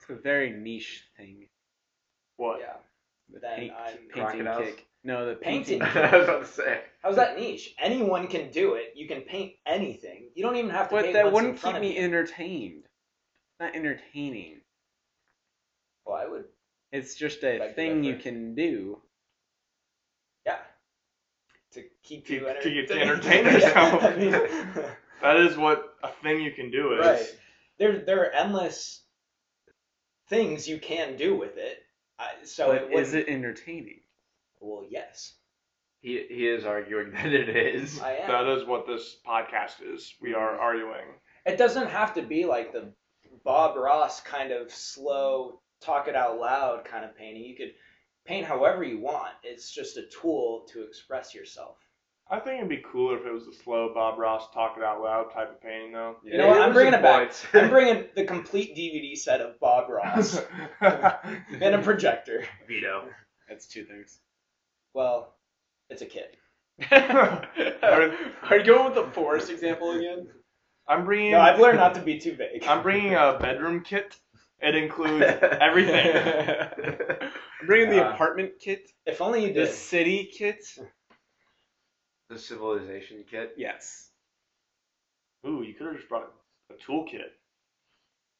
Speaker 4: It's a very niche thing.
Speaker 3: What?
Speaker 5: yeah.
Speaker 4: The
Speaker 5: Then
Speaker 4: paint,
Speaker 5: I'm-
Speaker 4: painting
Speaker 2: Crocodiles?
Speaker 4: kick. No, the
Speaker 5: Painting.
Speaker 4: painting.
Speaker 2: I was about to say.
Speaker 5: How's that niche? Anyone can do it. You can paint anything. You don't even have to.
Speaker 4: But
Speaker 5: paint
Speaker 4: that
Speaker 5: what's in
Speaker 4: wouldn't
Speaker 5: front
Speaker 4: keep
Speaker 5: of
Speaker 4: me
Speaker 5: you.
Speaker 4: entertained. Not entertaining.
Speaker 5: Well, I would.
Speaker 4: It's just a
Speaker 5: Beg to
Speaker 4: thing you
Speaker 5: differ.
Speaker 4: can do.
Speaker 5: Yeah. To keep
Speaker 3: To-
Speaker 5: you
Speaker 3: to get to entertain
Speaker 5: entertained. Yeah,
Speaker 3: yourself.
Speaker 5: I mean-
Speaker 3: That is what a thing you can do is.
Speaker 5: Right. There, there are endless things you can do with it. I, so
Speaker 4: but
Speaker 5: it
Speaker 4: is
Speaker 5: wouldn't-
Speaker 4: it entertaining?
Speaker 5: Well, yes,
Speaker 2: He he is arguing that it is.
Speaker 5: I am.
Speaker 3: That is what this podcast is. We are arguing.
Speaker 5: It doesn't have to be like the Bob Ross kind of slow, talk it out loud kind of painting. You could paint however you want. It's just a tool to express yourself.
Speaker 3: I think it'd be cooler if it was the slow Bob Ross talk it out loud type of painting, though.
Speaker 5: You know what? I'm bringing it back.
Speaker 2: Points.
Speaker 5: I'm bringing the complete DVD set of Bob Ross and a projector.
Speaker 2: Veto.
Speaker 4: That's two things.
Speaker 5: Well, it's a kit.
Speaker 4: are, are you going with the forest example again?
Speaker 3: I'm bringing.
Speaker 5: No, I've learned not to be too vague.
Speaker 3: I'm bringing a bedroom kit. It includes everything.
Speaker 4: I'm bringing the
Speaker 2: Uh,
Speaker 4: apartment kit,
Speaker 5: If only you
Speaker 4: the
Speaker 5: did.
Speaker 4: city kit.
Speaker 2: The civilization kit.
Speaker 4: Yes.
Speaker 3: Ooh, you could have just brought a toolkit.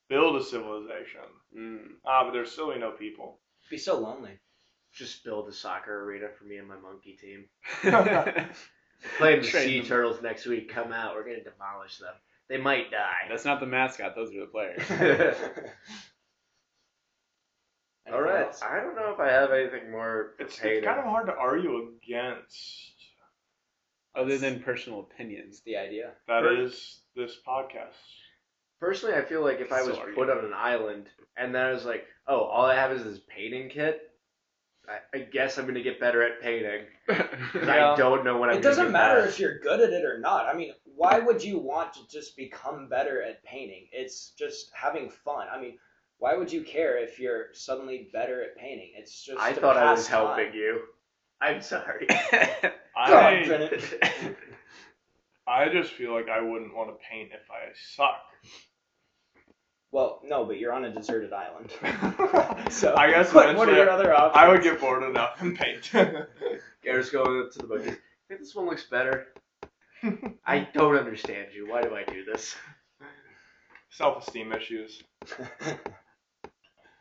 Speaker 3: Build a civilization.
Speaker 4: Mm.
Speaker 3: Ah, but there's still no people.
Speaker 5: be so lonely.
Speaker 2: Just build a soccer arena for me and my monkey team.
Speaker 4: That's
Speaker 2: Playing the
Speaker 4: Train
Speaker 2: sea
Speaker 4: them.
Speaker 2: turtles next week. Come out. We're gonna demolish them. They might die.
Speaker 4: not the mascot. Those are the players.
Speaker 2: All
Speaker 5: Anything
Speaker 2: right.
Speaker 5: else?
Speaker 2: I don't know if I have anything more.
Speaker 3: It's, it's
Speaker 2: pertaining.
Speaker 3: kind of hard to argue against.
Speaker 4: Other than personal opinions.
Speaker 5: It's the idea.
Speaker 3: That
Speaker 2: Right.
Speaker 3: is this podcast.
Speaker 2: Personally, I feel like if I was
Speaker 4: So are
Speaker 2: put
Speaker 4: you.
Speaker 2: on an island and then I was like, oh, all I have is this painting kit. I, I guess I'm gonna get better at painting 'cause
Speaker 5: Yeah.
Speaker 2: I don't know what I'm.
Speaker 5: it
Speaker 2: gonna
Speaker 5: doesn't
Speaker 2: get
Speaker 5: matter
Speaker 2: better at.
Speaker 5: if you're good at it or not. I mean, why would you want to just become better at painting? It's just having fun. I mean, why would you care if you're suddenly better at painting? It's just
Speaker 2: I
Speaker 5: to
Speaker 2: thought I
Speaker 5: pass
Speaker 2: was
Speaker 5: time.
Speaker 2: helping you. I'm sorry.
Speaker 5: God,
Speaker 3: I,
Speaker 5: Brennan.
Speaker 3: I just feel like I wouldn't want to paint if I suck.
Speaker 5: Well, no, but you're on a deserted island. So
Speaker 3: I guess
Speaker 5: what, what are
Speaker 3: eventually
Speaker 5: your other options?
Speaker 3: I would get bored enough and paint.
Speaker 2: Garrett's going up to the bucket. Hey, this one looks better. I don't understand you. Why do I do this?
Speaker 3: Self-esteem issues.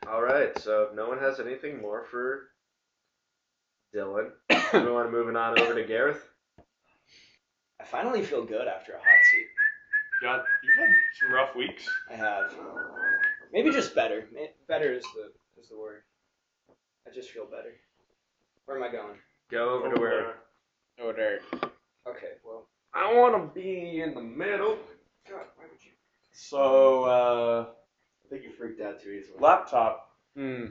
Speaker 2: All right. So if no one has anything more for Dylan, do we want to move on over to Gareth?
Speaker 5: I finally feel good after a hot seat.
Speaker 3: Yeah, you've had some rough weeks.
Speaker 5: I have. Maybe just better. Ma- Better is the is the word. I just feel better. Where am I going?
Speaker 2: Go over to where.
Speaker 5: uh,
Speaker 4: oh, Derek.
Speaker 5: Okay, well,
Speaker 2: I want to be in the middle.
Speaker 5: God, why would you?
Speaker 2: So, uh, I think you freaked out too easily.
Speaker 3: Laptop.
Speaker 4: Hmm.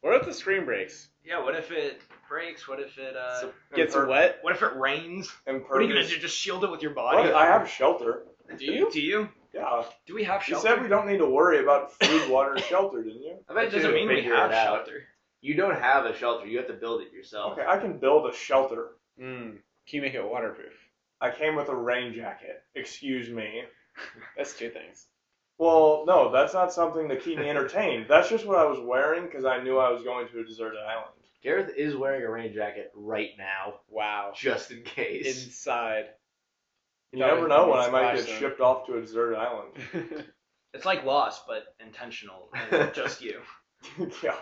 Speaker 4: What if the screen breaks?
Speaker 5: Yeah, what if it breaks? What if it uh?
Speaker 4: So- Gets
Speaker 3: Imper-
Speaker 4: wet?
Speaker 5: what if it rains? What are you gonna do? Just shield it with your body?
Speaker 3: Look, I have shelter.
Speaker 4: Do you?
Speaker 5: Do you?
Speaker 3: Yeah.
Speaker 5: Do we have
Speaker 3: You
Speaker 5: shelter?
Speaker 3: said we don't need to worry about food, water, and shelter, didn't you?
Speaker 2: I
Speaker 5: that
Speaker 2: bet you
Speaker 5: doesn't
Speaker 2: would
Speaker 5: mean we
Speaker 2: figure
Speaker 5: have
Speaker 2: it out.
Speaker 5: shelter.
Speaker 2: You don't have a shelter. You have to build it
Speaker 5: Oh.
Speaker 2: yourself.
Speaker 3: Okay, I can build a shelter.
Speaker 4: Hmm. Can you make it waterproof?
Speaker 3: I came with a rain jacket. Excuse me.
Speaker 4: That's two things.
Speaker 3: Well, no, that's not something to keep me entertained. That's just what I was wearing because I knew I was going to a deserted island.
Speaker 2: Gareth is wearing a rain jacket right now,
Speaker 4: Wow.
Speaker 2: just in case.
Speaker 4: Inside.
Speaker 3: You
Speaker 4: That
Speaker 3: never
Speaker 4: would
Speaker 3: know
Speaker 4: be
Speaker 3: when I might
Speaker 4: splash
Speaker 3: get
Speaker 4: zone.
Speaker 3: shipped off to a deserted island.
Speaker 5: It's like Lost, but intentional. and just you.
Speaker 3: yeah.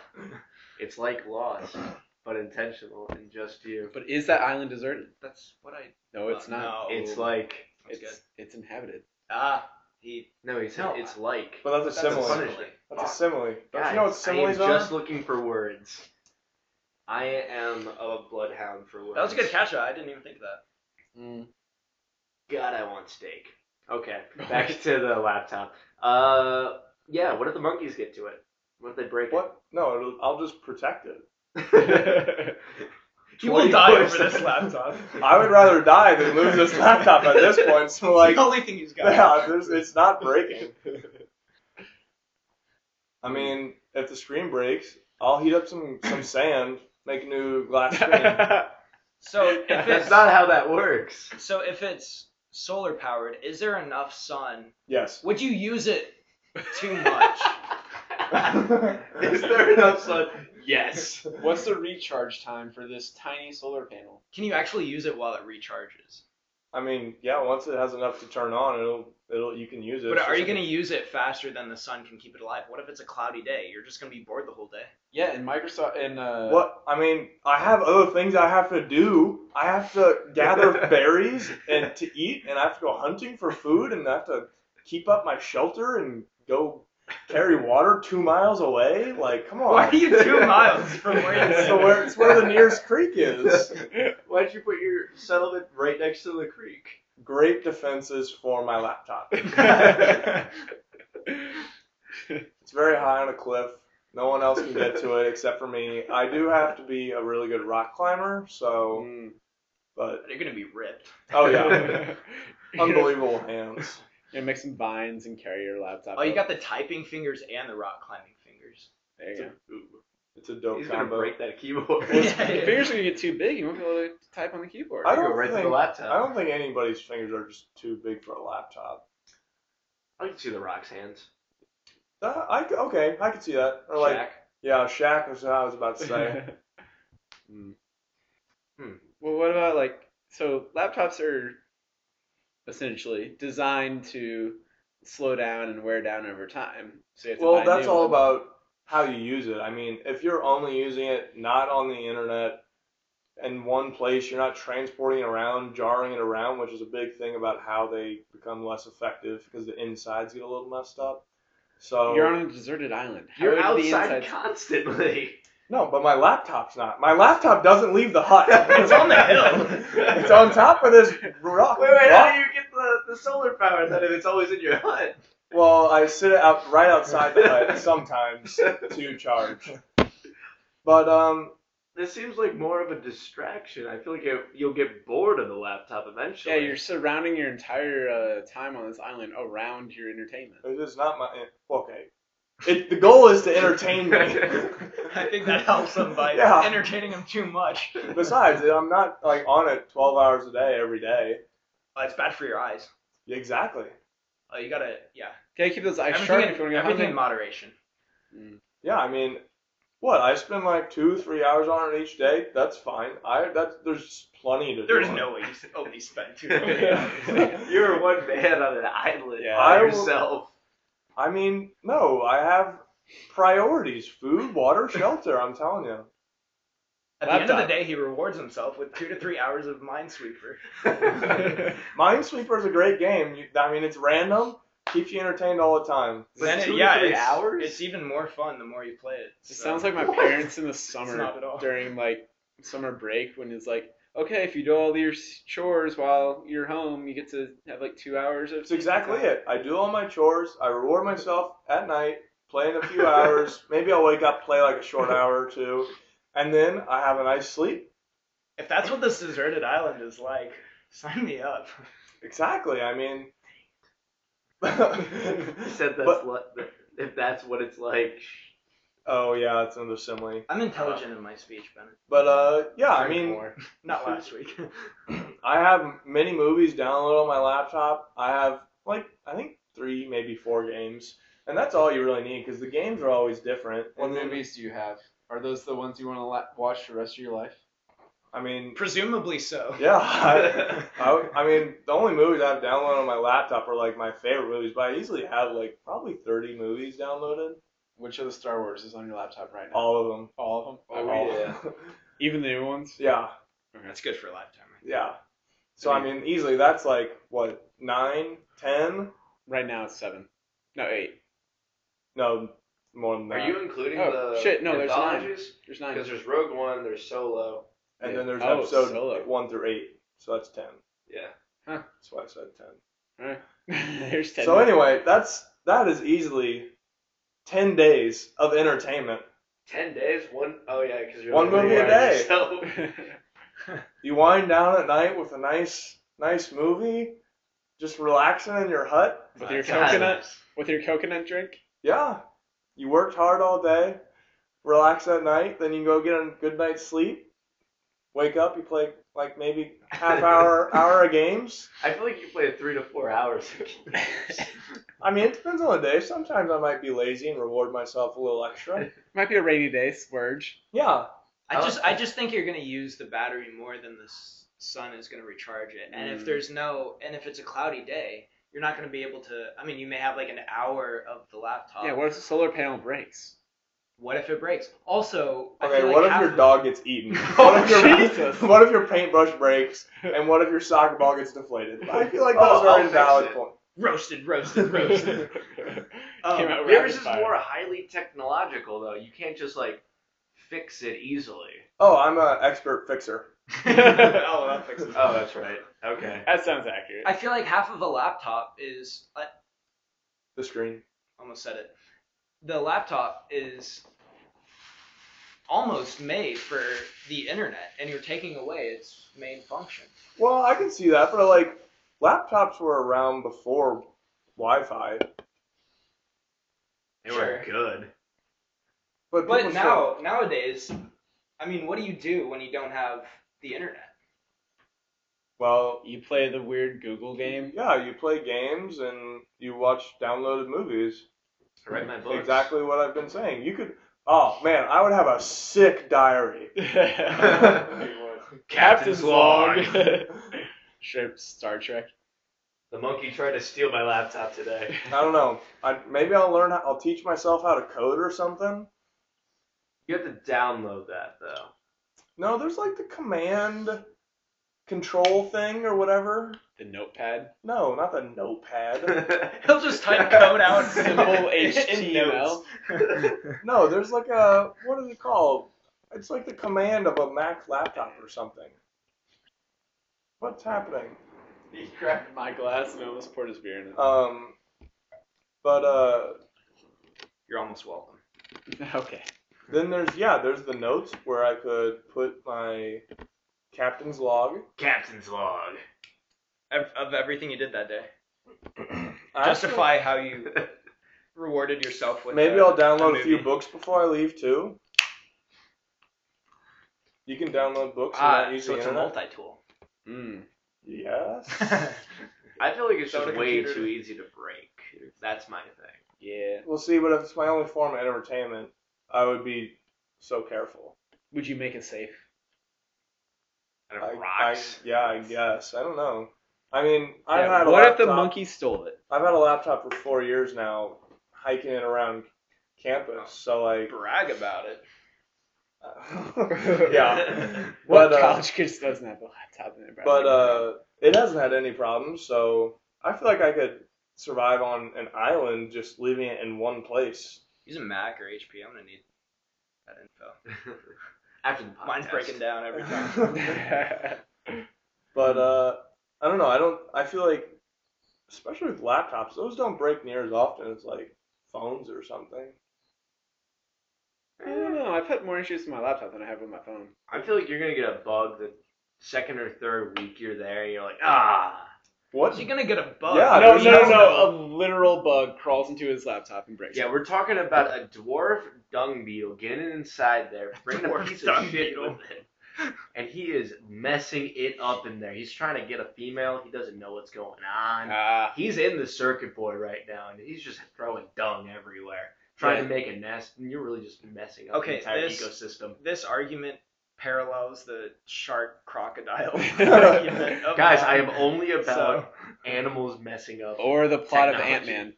Speaker 2: It's like lost, but intentional and just you.
Speaker 4: but is that island deserted?
Speaker 5: That's what I.
Speaker 4: No, it's
Speaker 5: Uh,
Speaker 4: not.
Speaker 5: no.
Speaker 2: It's like
Speaker 5: That's
Speaker 4: It's
Speaker 5: good.
Speaker 4: it's inhabited.
Speaker 5: Ah, he.
Speaker 2: no, he said
Speaker 5: No,
Speaker 2: it's like.
Speaker 3: But that's a
Speaker 5: That's a
Speaker 3: simile.
Speaker 2: punishment.
Speaker 5: simile.
Speaker 3: That's a simile. Don't
Speaker 2: Guys,
Speaker 3: you know
Speaker 2: I
Speaker 3: what
Speaker 2: am
Speaker 3: similes
Speaker 2: just
Speaker 3: are?
Speaker 2: looking for words. I am a bloodhound for words.
Speaker 5: That was a good catch. I didn't even think of that.
Speaker 4: Hmm.
Speaker 2: God, I want steak. Okay, back to the laptop. Uh, yeah. What if the monkeys get to it? What if they break
Speaker 3: What? No, it'll, I'll just protect it.
Speaker 2: it?
Speaker 5: He will die over
Speaker 2: 24/7.
Speaker 5: this laptop.
Speaker 3: I would rather die than lose this laptop at this point. So like,
Speaker 5: the only thing he's got.
Speaker 3: yeah, there's, it's not breaking. I mean, if the screen breaks, I'll heat up some some sand, make a new glass screen.
Speaker 5: So if
Speaker 2: That's
Speaker 5: it's
Speaker 2: not how that works.
Speaker 5: so if it's solar powered, is there enough sun?
Speaker 3: Yes.
Speaker 5: Would you use it too much?
Speaker 2: Is there enough sun? Yes.
Speaker 4: What's the recharge time for this tiny solar panel?
Speaker 5: Can you actually use it while it recharges?
Speaker 3: I mean, yeah. Once it has enough to turn on, it'll it'll you can use it.
Speaker 5: But
Speaker 3: It's
Speaker 5: are
Speaker 3: just
Speaker 5: you
Speaker 3: like
Speaker 5: going to use it faster than the sun can keep it alive? What if it's a cloudy day? You're just going to be bored the whole day.
Speaker 4: Yeah, and Microsoft and uh,
Speaker 3: What I mean, I have other things I have to do. I have to gather berries and to eat, and I have to go hunting for food, and I have to keep up my shelter and go carry water two miles away. Like, come on.
Speaker 5: Why are you two miles from where you
Speaker 3: It's, the, where, it's where the nearest creek is.
Speaker 2: Why'd you put your settlement right next to the creek?
Speaker 3: Great defenses for my laptop. It's very high on a cliff. No one else can get to it except for me. I do have to be a really good rock climber, so
Speaker 4: Mm.
Speaker 3: but
Speaker 5: You're going to be ripped.
Speaker 3: oh yeah,
Speaker 4: You're gonna-
Speaker 3: unbelievable hands.
Speaker 4: You're gonna make some vines and carry your laptop.
Speaker 5: Oh, you
Speaker 4: up.
Speaker 5: got the typing fingers and the rock climbing fingers.
Speaker 4: There you go.
Speaker 3: It's a dope
Speaker 2: He's gonna
Speaker 3: combo.
Speaker 2: break that keyboard.
Speaker 5: Yeah.
Speaker 4: Your fingers are gonna get too big. You won't be able to type on the keyboard.
Speaker 3: I
Speaker 2: Go
Speaker 3: don't
Speaker 2: right to the
Speaker 3: think-
Speaker 2: laptop.
Speaker 3: I don't think anybody's fingers are just too big for a laptop.
Speaker 2: I can see the rock's hands.
Speaker 3: Uh, I c- okay, I could see that. Or like,
Speaker 2: Shaq.
Speaker 3: yeah, Shaq was what I was about to say.
Speaker 4: Hmm.
Speaker 2: Hmm.
Speaker 4: Well, what about like so? Laptops are essentially designed to slow down and wear down over time. So you have to buy
Speaker 3: well,
Speaker 4: a
Speaker 3: that's
Speaker 4: new
Speaker 3: all
Speaker 4: one.
Speaker 3: about how you use it. I mean, if you're only using it not on the internet in one place, you're not transporting it around, jarring it around, which is a big thing about how they become less effective because the insides get a little messed up. So
Speaker 4: You're on a deserted island. How
Speaker 2: You're
Speaker 4: would the
Speaker 2: outside
Speaker 4: insides-
Speaker 2: constantly.
Speaker 3: no, but my laptop's not. My laptop doesn't leave the hut.
Speaker 2: It's
Speaker 5: on the hill.
Speaker 3: It's on top of this rock.
Speaker 2: Wait, wait,
Speaker 3: rock
Speaker 2: how do you get the, the
Speaker 4: the solar power then if it's always in your hut?
Speaker 3: Well, I sit it up right outside the hut sometimes to charge. But um,
Speaker 2: This seems like more of a distraction. I feel like you you'll get bored of the laptop eventually.
Speaker 4: Yeah, you're surrounding your entire uh, time on this island around your entertainment.
Speaker 3: it is not my eh, okay. It, the goal is to entertain me.
Speaker 5: I think that helps them by
Speaker 3: Yeah.
Speaker 5: entertaining them too much.
Speaker 3: Besides, I'm not like on it 12 hours a day every day.
Speaker 5: Uh, it's bad for your eyes.
Speaker 3: Exactly.
Speaker 5: Uh, you gotta, yeah.
Speaker 4: Gotta keep those eyes
Speaker 5: everything
Speaker 4: sharp
Speaker 5: in,
Speaker 4: if you want to
Speaker 5: everything
Speaker 4: get
Speaker 5: in
Speaker 4: hungry.
Speaker 5: moderation.
Speaker 4: Mm.
Speaker 3: Yeah, I mean, what I spend like two, three hours on it each day. That's fine. I that there's plenty to do.
Speaker 5: There's
Speaker 3: on it.
Speaker 5: no way you should only spend two
Speaker 2: You're one man on an island
Speaker 3: Yeah.
Speaker 2: by
Speaker 3: I will-
Speaker 2: yourself.
Speaker 3: I mean, no. I have priorities: food, water, shelter. I'm telling you.
Speaker 5: At the end of the
Speaker 4: Laptop.
Speaker 5: day, he rewards himself with two to three hours of Minesweeper.
Speaker 3: Minesweeper is a great game. You, I mean, it's random, keeps you entertained all the time.
Speaker 2: But
Speaker 5: Then it-
Speaker 2: two to
Speaker 5: yeah,
Speaker 2: three
Speaker 5: it's,
Speaker 2: hours?
Speaker 5: it's even more fun the more you play it.
Speaker 4: It
Speaker 5: so.
Speaker 4: sounds like my parents in the summer
Speaker 5: not at all.
Speaker 4: during like summer break when it's like, okay, if you do all your s- chores while you're home, you get to have like two hours of.
Speaker 3: It's exactly it. I do all my chores. I reward myself at night, playing a few hours. Maybe I'll wake up, play like a short hour or two, and then I have a nice sleep.
Speaker 5: If that's what this deserted island is like, sign me up.
Speaker 3: Exactly. I mean,
Speaker 2: He said that's
Speaker 3: But-
Speaker 2: what- if that's what it's like.
Speaker 3: oh yeah, it's another simile.
Speaker 5: I'm intelligent in my speech, Ben.
Speaker 3: But uh, yeah, I
Speaker 4: Drink
Speaker 3: mean,
Speaker 4: more.
Speaker 5: Not last week.
Speaker 3: I have many movies downloaded on my laptop. I have like I think three, maybe four games, and that's all you really need because the games are always different.
Speaker 4: What
Speaker 3: And then-
Speaker 4: movies do you have? Are those the ones you want to la- watch the rest of your life?
Speaker 3: I mean,
Speaker 5: Presumably so. Uh,
Speaker 3: yeah. I, I, I mean, the only movies I've downloaded on my laptop are like my favorite movies, but I easily have like probably 30 movies downloaded.
Speaker 4: Which of the Star Wars is on your laptop right now?
Speaker 3: All of them.
Speaker 4: All of them.
Speaker 2: Oh,
Speaker 3: All of
Speaker 2: yeah.
Speaker 3: them.
Speaker 4: Even the new ones.
Speaker 3: yeah.
Speaker 5: That's good for a lifetime.
Speaker 3: Yeah. So, I mean, easily that's like, what, nine, ten?
Speaker 4: Right now it's seven. No, eight.
Speaker 3: No, more than that.
Speaker 2: Are you including
Speaker 4: Oh,
Speaker 2: the
Speaker 4: shit, no, there's nine.
Speaker 2: anthologies?
Speaker 4: There's
Speaker 2: Because
Speaker 4: nine.
Speaker 2: there's Rogue One, there's Solo.
Speaker 3: and then there's
Speaker 4: Oh,
Speaker 3: episode
Speaker 4: solo.
Speaker 3: one through eight. So that's 10.
Speaker 2: Yeah.
Speaker 3: That's why I said 10.
Speaker 4: there's ten.
Speaker 3: so, anyway, that's that is easily 10 days of entertainment.
Speaker 2: Ten days, one oh yeah, because you're
Speaker 3: One
Speaker 2: only
Speaker 3: movie a
Speaker 2: by
Speaker 3: day.
Speaker 2: yourself.
Speaker 3: You wind down at night with a nice, nice movie, just relaxing in your hut.
Speaker 4: with your
Speaker 2: God.
Speaker 4: coconut, with your coconut drink.
Speaker 3: Yeah. You worked hard all day, relax at night, then you go get a good night's sleep. Wake up, you play like maybe half hour hour of games.
Speaker 2: I feel like you play it three to four hours.
Speaker 3: I mean, it depends on the day. Sometimes I might be lazy and reward myself a little extra.
Speaker 4: Might be a rainy day splurge.
Speaker 3: Yeah.
Speaker 5: I
Speaker 2: I
Speaker 5: just
Speaker 2: like
Speaker 5: I just think you're gonna use the battery more than the s- sun is gonna recharge it. And if
Speaker 4: Mm.
Speaker 5: there's no and if it's a cloudy day, you're not gonna be able to. I mean, you may have like an hour of the laptop.
Speaker 4: Yeah. What if the solar panel breaks?
Speaker 5: What if it breaks? Also, I
Speaker 3: Okay,
Speaker 5: feel
Speaker 3: what
Speaker 5: like
Speaker 3: if
Speaker 5: half
Speaker 3: your
Speaker 5: of-
Speaker 3: dog gets eaten?
Speaker 4: Oh,
Speaker 3: What if your,
Speaker 4: Jesus.
Speaker 3: what if your paintbrush breaks? And what if your soccer ball gets deflated? I feel like
Speaker 2: Oh,
Speaker 3: those are
Speaker 2: I'll
Speaker 3: invalid
Speaker 2: fix it.
Speaker 3: points.
Speaker 5: roasted, roasted, roasted?
Speaker 4: Came
Speaker 5: um,
Speaker 4: out
Speaker 2: Yours
Speaker 4: rapid
Speaker 2: is
Speaker 4: fire.
Speaker 2: more highly technological though. You can't just like fix it easily.
Speaker 3: Oh, I'm an expert fixer.
Speaker 5: oh, that fixes it.
Speaker 2: Oh, that's right. Okay.
Speaker 4: That sounds accurate.
Speaker 5: I feel like half of a laptop is I
Speaker 3: The screen.
Speaker 5: almost said it. The laptop is almost made for the internet, and you're taking away its main function.
Speaker 3: Well, I can see that, but like laptops were around before Wi-Fi,
Speaker 2: They were
Speaker 5: Sure.
Speaker 2: good.
Speaker 3: but people
Speaker 5: But now
Speaker 3: still-
Speaker 5: nowadays, I mean, what do you do when you don't have the internet?
Speaker 3: well,
Speaker 4: You play the weird Google game.
Speaker 3: yeah, you play games and you watch downloaded movies.
Speaker 2: I read my books.
Speaker 3: Exactly what I've been saying. You could. Oh man, I would have a sick diary.
Speaker 2: Captain's log.
Speaker 4: Shrimp Star Trek.
Speaker 2: The monkey tried to steal my laptop today.
Speaker 3: I don't know. I maybe I'll learn. How, I'll teach myself how to code or something.
Speaker 2: You have to download that though.
Speaker 3: No, there's like the command control thing or whatever.
Speaker 4: The notepad.
Speaker 3: No, not the notepad.
Speaker 5: He'll just type code out
Speaker 4: Simple
Speaker 5: in
Speaker 4: HTML.
Speaker 5: notes.
Speaker 3: no, there's like a what is it called? It's like the command of a Mac laptop or something. What's happening?
Speaker 4: He grabbed my glass and almost poured his beer in it.
Speaker 3: Um, but uh,
Speaker 2: You're almost welcome.
Speaker 4: okay.
Speaker 3: then there's yeah, there's the notes where I could put my captain's log.
Speaker 2: Captain's log.
Speaker 5: Of, of everything you did that day.
Speaker 3: I actually-
Speaker 5: Justify how you rewarded yourself with.
Speaker 3: Maybe
Speaker 5: i
Speaker 3: I'll download
Speaker 5: a
Speaker 3: a, few
Speaker 5: movie.
Speaker 3: books before I leave too. You can download books and
Speaker 5: Ah,
Speaker 3: not use
Speaker 5: so
Speaker 3: the
Speaker 5: it's a
Speaker 3: internet.
Speaker 5: multi-tool.
Speaker 4: Mm.
Speaker 3: yes.
Speaker 2: I feel like it's
Speaker 5: Is that
Speaker 2: just
Speaker 5: a
Speaker 2: way
Speaker 5: computer?
Speaker 2: too easy to break. That's my thing.
Speaker 4: Yeah.
Speaker 3: We'll see. But if it's my only form of entertainment, I would be so careful.
Speaker 4: Would you make it safe?
Speaker 2: And
Speaker 3: I,
Speaker 2: it
Speaker 3: I-
Speaker 2: rocks.
Speaker 3: yeah, I guess. I don't know. I mean, I've
Speaker 4: Yeah,
Speaker 3: had a
Speaker 4: what if the
Speaker 3: laptop-
Speaker 4: monkey stole it?
Speaker 3: I've had a laptop for four years now, hiking it around campus. So like,
Speaker 5: Brag about it.
Speaker 3: yeah.
Speaker 4: What
Speaker 3: But, uh,
Speaker 4: college kids doesn't have a laptop in their back?
Speaker 3: But uh, it hasn't had any problems, so I feel like I could survive on an island just leaving it in one place.
Speaker 5: Use a Mac or HP. I'm gonna need that info.
Speaker 2: After the podcast.
Speaker 5: Mine's breaking down every time.
Speaker 3: uh, But uh, I don't know. I don't. I feel like, especially with laptops, those don't break near as often as like phones or something.
Speaker 4: I don't know. I've had more issues with my laptop than I have with my phone.
Speaker 2: I feel like you're gonna get a bug the second or third week you're there, and you're like, ah.
Speaker 3: What?
Speaker 5: You're gonna get a bug.
Speaker 3: Yeah,
Speaker 4: no,
Speaker 3: there's
Speaker 4: no, no,
Speaker 3: no-
Speaker 4: A literal bug crawls into his laptop and breaks.
Speaker 2: Yeah,
Speaker 4: it.
Speaker 2: we're talking about a dwarf dung beetle getting inside there, bringing a
Speaker 5: Dwarf
Speaker 2: piece
Speaker 5: dung
Speaker 2: of shit
Speaker 5: beetle.
Speaker 2: with it, and he is messing it up in there. He's trying to get a female. He doesn't know what's going on.
Speaker 5: Uh,
Speaker 4: Ah,
Speaker 2: He's in the circuit board right now, and he's just throwing dung everywhere, trying to make a nest. And you're really just messing up
Speaker 5: Okay,
Speaker 2: the entire
Speaker 5: this-
Speaker 2: ecosystem.
Speaker 5: This argument parallels the shark crocodile argument. of
Speaker 2: Guys, I
Speaker 5: mine.
Speaker 2: am only about animals messing up.
Speaker 5: Oh.
Speaker 4: or the plot of Ant
Speaker 2: Technology.
Speaker 4: Man.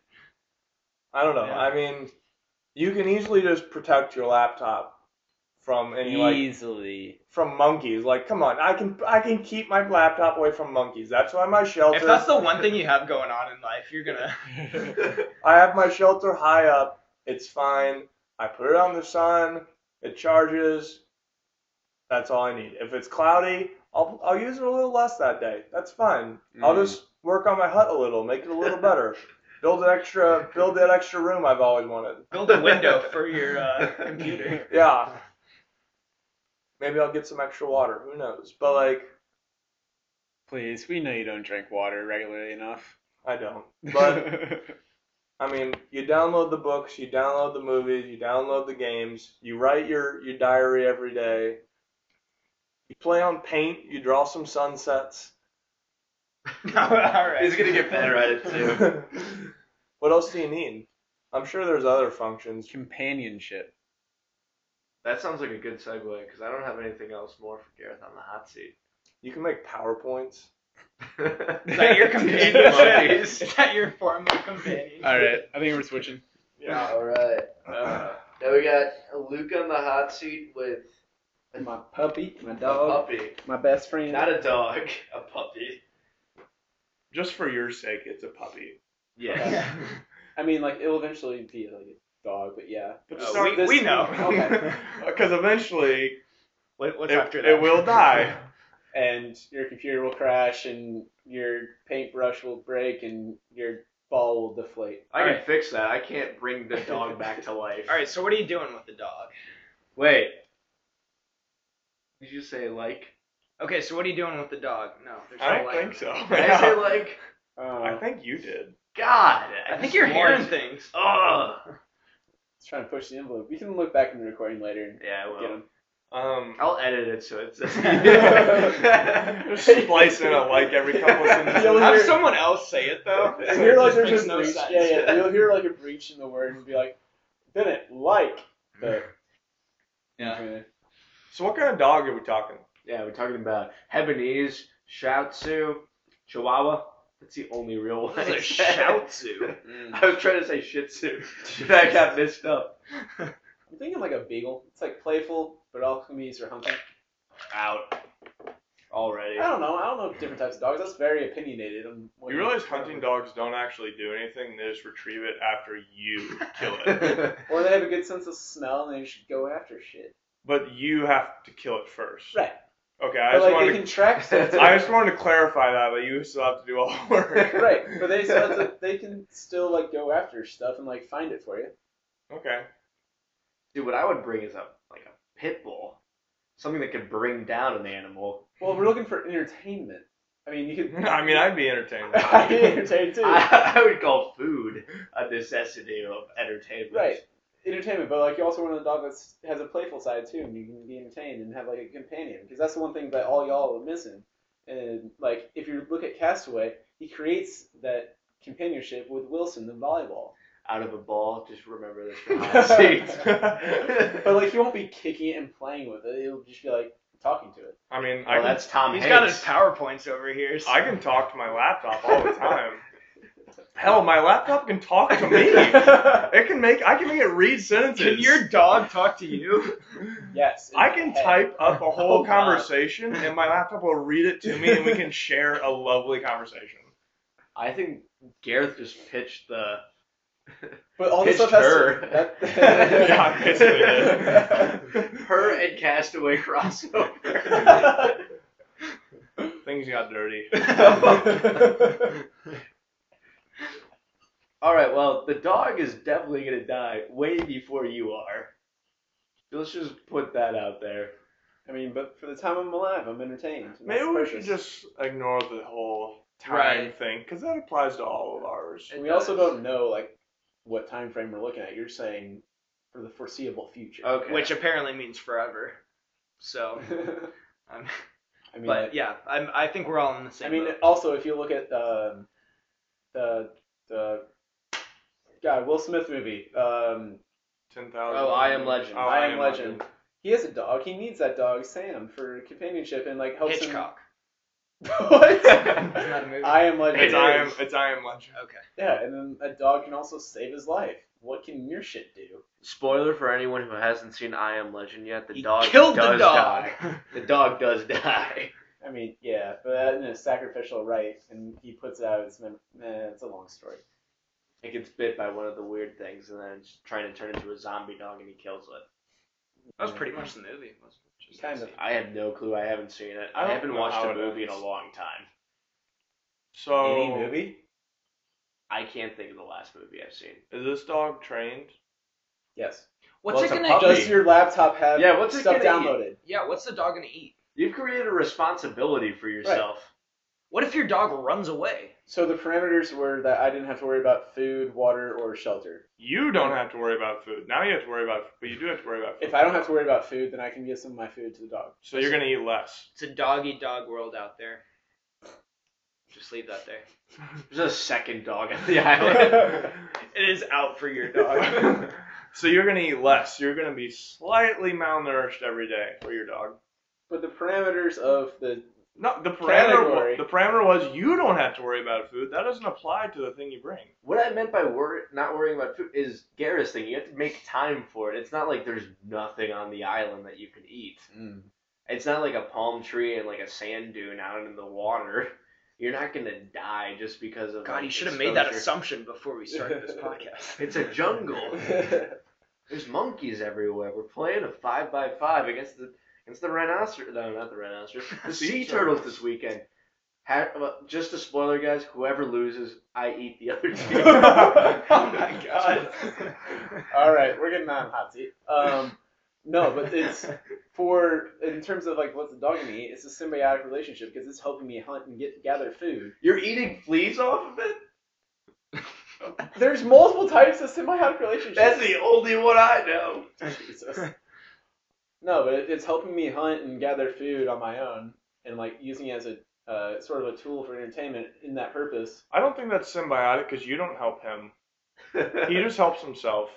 Speaker 3: I don't know.
Speaker 2: Yeah.
Speaker 3: I mean, you can easily just protect your laptop from any like
Speaker 4: Easily.
Speaker 3: from monkeys. Like, come on, I can I can keep my laptop away from monkeys. That's why my shelter.
Speaker 5: If that's the one thing you have going on in life, you're gonna.
Speaker 3: I have my shelter high up. It's fine. I put it on the sun. It charges. That's all I need. If it's cloudy, I'll I'll use it a little less that day. That's fine. I'll
Speaker 4: Mm.
Speaker 3: just work on my hut a little, make it a little better. Build an extra build that extra room I've always wanted.
Speaker 5: build a window for your uh, computer.
Speaker 3: Yeah. Maybe I'll get some extra water. Who knows? But like
Speaker 4: Please, we know you don't drink water regularly enough.
Speaker 3: I don't. But I mean, you download the books, you download the movies, you download the games, you write your, your diary every day. You play on paint, you draw some sunsets.
Speaker 5: all right.
Speaker 2: He's gonna get better at it too.
Speaker 3: what else do you need? I'm sure there's other functions.
Speaker 4: companionship.
Speaker 2: That sounds like a good segue because I don't have anything else more for Gareth on the hot seat.
Speaker 3: You can make PowerPoints.
Speaker 5: Is that your companion?
Speaker 2: monkeys.
Speaker 5: Is that your form of companion?
Speaker 4: All right, I think we're switching.
Speaker 2: All right.
Speaker 5: Uh,
Speaker 2: Now we got Luke on the hot seat with
Speaker 4: My puppy, my
Speaker 2: a puppy,
Speaker 4: my best friend.
Speaker 2: not a dog, a puppy.
Speaker 6: Just for your sake, it's a puppy.
Speaker 2: Yes.
Speaker 4: I mean, like it'll eventually be like a dog, but yeah.
Speaker 6: But
Speaker 5: Uh,
Speaker 6: start
Speaker 5: we-
Speaker 6: this-
Speaker 5: we know.
Speaker 4: Okay.
Speaker 6: Because eventually
Speaker 5: what, what's
Speaker 6: it,
Speaker 5: after that?
Speaker 6: it will die.
Speaker 4: and your computer will crash and your paintbrush will break and your ball will deflate.
Speaker 2: I can
Speaker 5: Alright.
Speaker 2: fix that. I can't bring the dog back to life.
Speaker 5: All right. So what are you doing with the dog?
Speaker 2: Wait. Did you say like?
Speaker 5: Okay. So what are you doing with the dog? No. There's
Speaker 6: I
Speaker 5: no
Speaker 6: don't
Speaker 5: light.
Speaker 6: think so.
Speaker 2: Did I say like?
Speaker 6: I
Speaker 4: Uh,
Speaker 6: think you did.
Speaker 2: God.
Speaker 5: I think
Speaker 2: just
Speaker 5: you're hearing
Speaker 2: want-
Speaker 5: things.
Speaker 2: Ugh.
Speaker 4: it's trying to push the envelope. We can look back in the recording later
Speaker 2: Yeah, I
Speaker 4: and get
Speaker 2: will.
Speaker 4: him.
Speaker 6: Um,
Speaker 2: I'll edit it so it's.
Speaker 6: just splice in a like every couple of sentences.
Speaker 5: Have
Speaker 4: you're-
Speaker 5: someone else say it though.
Speaker 4: You
Speaker 5: so
Speaker 4: hear
Speaker 5: it
Speaker 4: like
Speaker 5: just
Speaker 4: there's
Speaker 5: makes
Speaker 4: just
Speaker 5: no
Speaker 4: breach.
Speaker 5: sense.
Speaker 4: Yeah, yeah. You'll hear like a breach in the word and be like, Bennett, like the. Yeah.
Speaker 6: So what kind of dog are we talking?
Speaker 2: Yeah, we're talking about Hebanese, Shih Tzu, Chihuahua. That's the only real one.
Speaker 5: This
Speaker 2: I
Speaker 5: is a
Speaker 2: said.
Speaker 5: shout to.
Speaker 6: Mm.
Speaker 2: I was trying to say Shih Tzu, and I got mixed up.
Speaker 4: I'm thinking like a beagle. It's like playful, but all comedies are hunting.
Speaker 2: Out already.
Speaker 4: I don't know. I don't know different types of dogs. That's very opinionated. I'm
Speaker 6: You realize hunting dogs don't actually do anything; they just retrieve it after you kill it.
Speaker 2: That's
Speaker 4: Or they have a good sense of smell and they should go after shit.
Speaker 6: but you have to kill it first.
Speaker 4: Right.
Speaker 3: Okay, I
Speaker 5: But
Speaker 3: just
Speaker 5: like
Speaker 3: wanted
Speaker 5: they
Speaker 3: to
Speaker 5: can track stuff. too.
Speaker 3: I just wanted to clarify that that you still have to do all the work.
Speaker 4: Right.
Speaker 5: but they still
Speaker 4: so
Speaker 5: have to,
Speaker 4: they can still like go after stuff and like find it for you.
Speaker 3: Okay.
Speaker 2: Dude, what I would bring is a like a pit bull, something that could bring down an animal.
Speaker 4: Well, we're looking for entertainment. I mean, you could.
Speaker 3: I mean, I'd be entertained.
Speaker 4: I'd be entertained too.
Speaker 2: I, I would call food a necessity of entertainment.
Speaker 4: Right. entertainment, but like you also want a dog that has a playful side too, and you can be entertained and have like a companion because that's the one thing that all y'all are missing. And like if you look at Castaway, he creates that companionship with Wilson the volleyball.
Speaker 2: Out of a ball, just remember this from hot seats.
Speaker 4: But like he won't be kicking it and playing with it; he'll just be like talking to it.
Speaker 3: I mean,
Speaker 2: Well,
Speaker 3: I can,
Speaker 2: Oh, that's Tom
Speaker 7: He's
Speaker 2: Hanks.
Speaker 7: got his powerpoints over here. so-
Speaker 3: I can talk to my laptop all the time. Hell, my laptop can talk to me. It can make I can make it read sentences.
Speaker 7: Can your dog talk to you?
Speaker 4: Yes,
Speaker 3: I can
Speaker 4: Hey.
Speaker 3: type up a whole
Speaker 4: Oh, God.
Speaker 3: conversation, and my laptop will read it to me, and we can share a lovely conversation.
Speaker 2: I think Gareth just pitched the.
Speaker 4: But all this
Speaker 2: Pitched
Speaker 4: stuff has
Speaker 2: her.
Speaker 4: to. That,
Speaker 3: Yeah, I basically did.
Speaker 2: Her and Castaway crossover.
Speaker 3: Things got dirty.
Speaker 2: All right, well, the dog is definitely going to die way before you are. Let's just put that out there.
Speaker 4: I mean, but for the time I'm alive, I'm entertained. and
Speaker 3: Maybe
Speaker 4: that's
Speaker 3: we should
Speaker 4: precious.
Speaker 3: just ignore the whole time
Speaker 7: Right.
Speaker 3: thing, because that applies to all of ours.
Speaker 4: And we also don't know like what time frame we're looking at. You're saying for the foreseeable future.
Speaker 2: Okay.
Speaker 7: Which apparently means forever. So, I'm,
Speaker 4: I mean,
Speaker 7: but yeah, I'm, I think we're all in the
Speaker 4: I
Speaker 7: same.
Speaker 4: mean,
Speaker 7: boat.
Speaker 4: also if you look at um, the the God Will Smith movie, um,
Speaker 3: Ten thousand.
Speaker 2: Oh, I Am Legend.
Speaker 4: I Am Legend. He has a dog. He needs that dog, Sam, for companionship and like helps
Speaker 7: Hitchcock.
Speaker 4: him. what?
Speaker 7: Isn't that a movie?
Speaker 4: I am legend.
Speaker 3: It's I am. It's I am Legend.
Speaker 7: okay.
Speaker 4: Yeah, and then a dog can also save his life. What can your shit do?
Speaker 2: Spoiler for anyone who hasn't seen I Am Legend yet: the
Speaker 7: He
Speaker 2: dog
Speaker 7: killed the
Speaker 2: does
Speaker 7: dog.
Speaker 2: die. The dog does die.
Speaker 4: I mean, yeah, but that in a sacrificial rite, and he puts it out. It's been, eh, it's a long story.
Speaker 2: It gets bit by one of the weird things, and then it's trying to turn into a zombie dog, and he kills it.
Speaker 7: That was pretty much the movie. It was just
Speaker 4: Kind of.
Speaker 2: I have no clue. I haven't seen it.
Speaker 3: I
Speaker 2: I,
Speaker 3: don't
Speaker 2: haven't
Speaker 3: know
Speaker 2: watched
Speaker 3: how
Speaker 2: a
Speaker 3: it
Speaker 2: movie in
Speaker 3: ends.
Speaker 2: a long time.
Speaker 3: So,
Speaker 4: Any movie?
Speaker 2: I can't think of the last movie I've seen.
Speaker 3: is this dog trained?
Speaker 4: Yes.
Speaker 7: What's
Speaker 2: Well,
Speaker 7: it
Speaker 2: it's a
Speaker 7: gonna?
Speaker 2: puppy.
Speaker 7: Just,
Speaker 4: Does your laptop have
Speaker 2: Yeah, what's it
Speaker 4: stuff
Speaker 2: gonna eat?
Speaker 4: downloaded?
Speaker 7: yeah. What's the dog gonna eat?
Speaker 2: You've created a responsibility for yourself.
Speaker 7: What if your dog runs away?
Speaker 4: So the parameters were that I didn't have to worry about food, water, or shelter.
Speaker 3: You don't have to worry about food. Now you have to worry about, but you do have to worry about food.
Speaker 4: If I don't have to worry about food, then I can give some of my food to the dog.
Speaker 3: so you're gonna eat less.
Speaker 7: It's a dog eat dog world out there. Just leave that there.
Speaker 2: There's a second dog on the island.
Speaker 7: It is out for your dog.
Speaker 3: so you're gonna eat less. You're gonna be slightly malnourished every day for your dog.
Speaker 4: But the parameters of the
Speaker 3: No, the parameter. wa-
Speaker 4: Category.
Speaker 3: The parameter was you don't have to worry about food. That doesn't apply to the thing you bring.
Speaker 2: what I meant by wor- not worrying about food is Garrett's thing. You have to make time for it. It's not like there's nothing on the island that you can eat. It's not like a palm tree and like a sand dune out in the water. You're not gonna die just because of.
Speaker 7: God,
Speaker 2: like,
Speaker 7: you should have made that
Speaker 2: exposure.
Speaker 7: assumption before we started this podcast.
Speaker 2: It's a jungle. There's monkeys everywhere. We're playing a five by five against the against the rhinoceros. No, not the rhinoceros. The sea turtles this weekend. Ha- well, just a spoiler, guys. Whoever loses, I eat the other team.
Speaker 4: oh my god. All right, we're getting on hot seat. Um, no, but it's for in terms of like what's the dog gonna eat? It's a symbiotic relationship because it's helping me hunt and get gather food.
Speaker 2: You're eating fleas off of it.
Speaker 4: There's multiple types of symbiotic relationships.
Speaker 2: That's the only one I know.
Speaker 4: Jesus. No, but it- it's helping me hunt and gather food on my own, and like using it as a uh, sort of a tool for entertainment in that purpose.
Speaker 3: I don't think that's symbiotic because you don't help him. He just helps himself.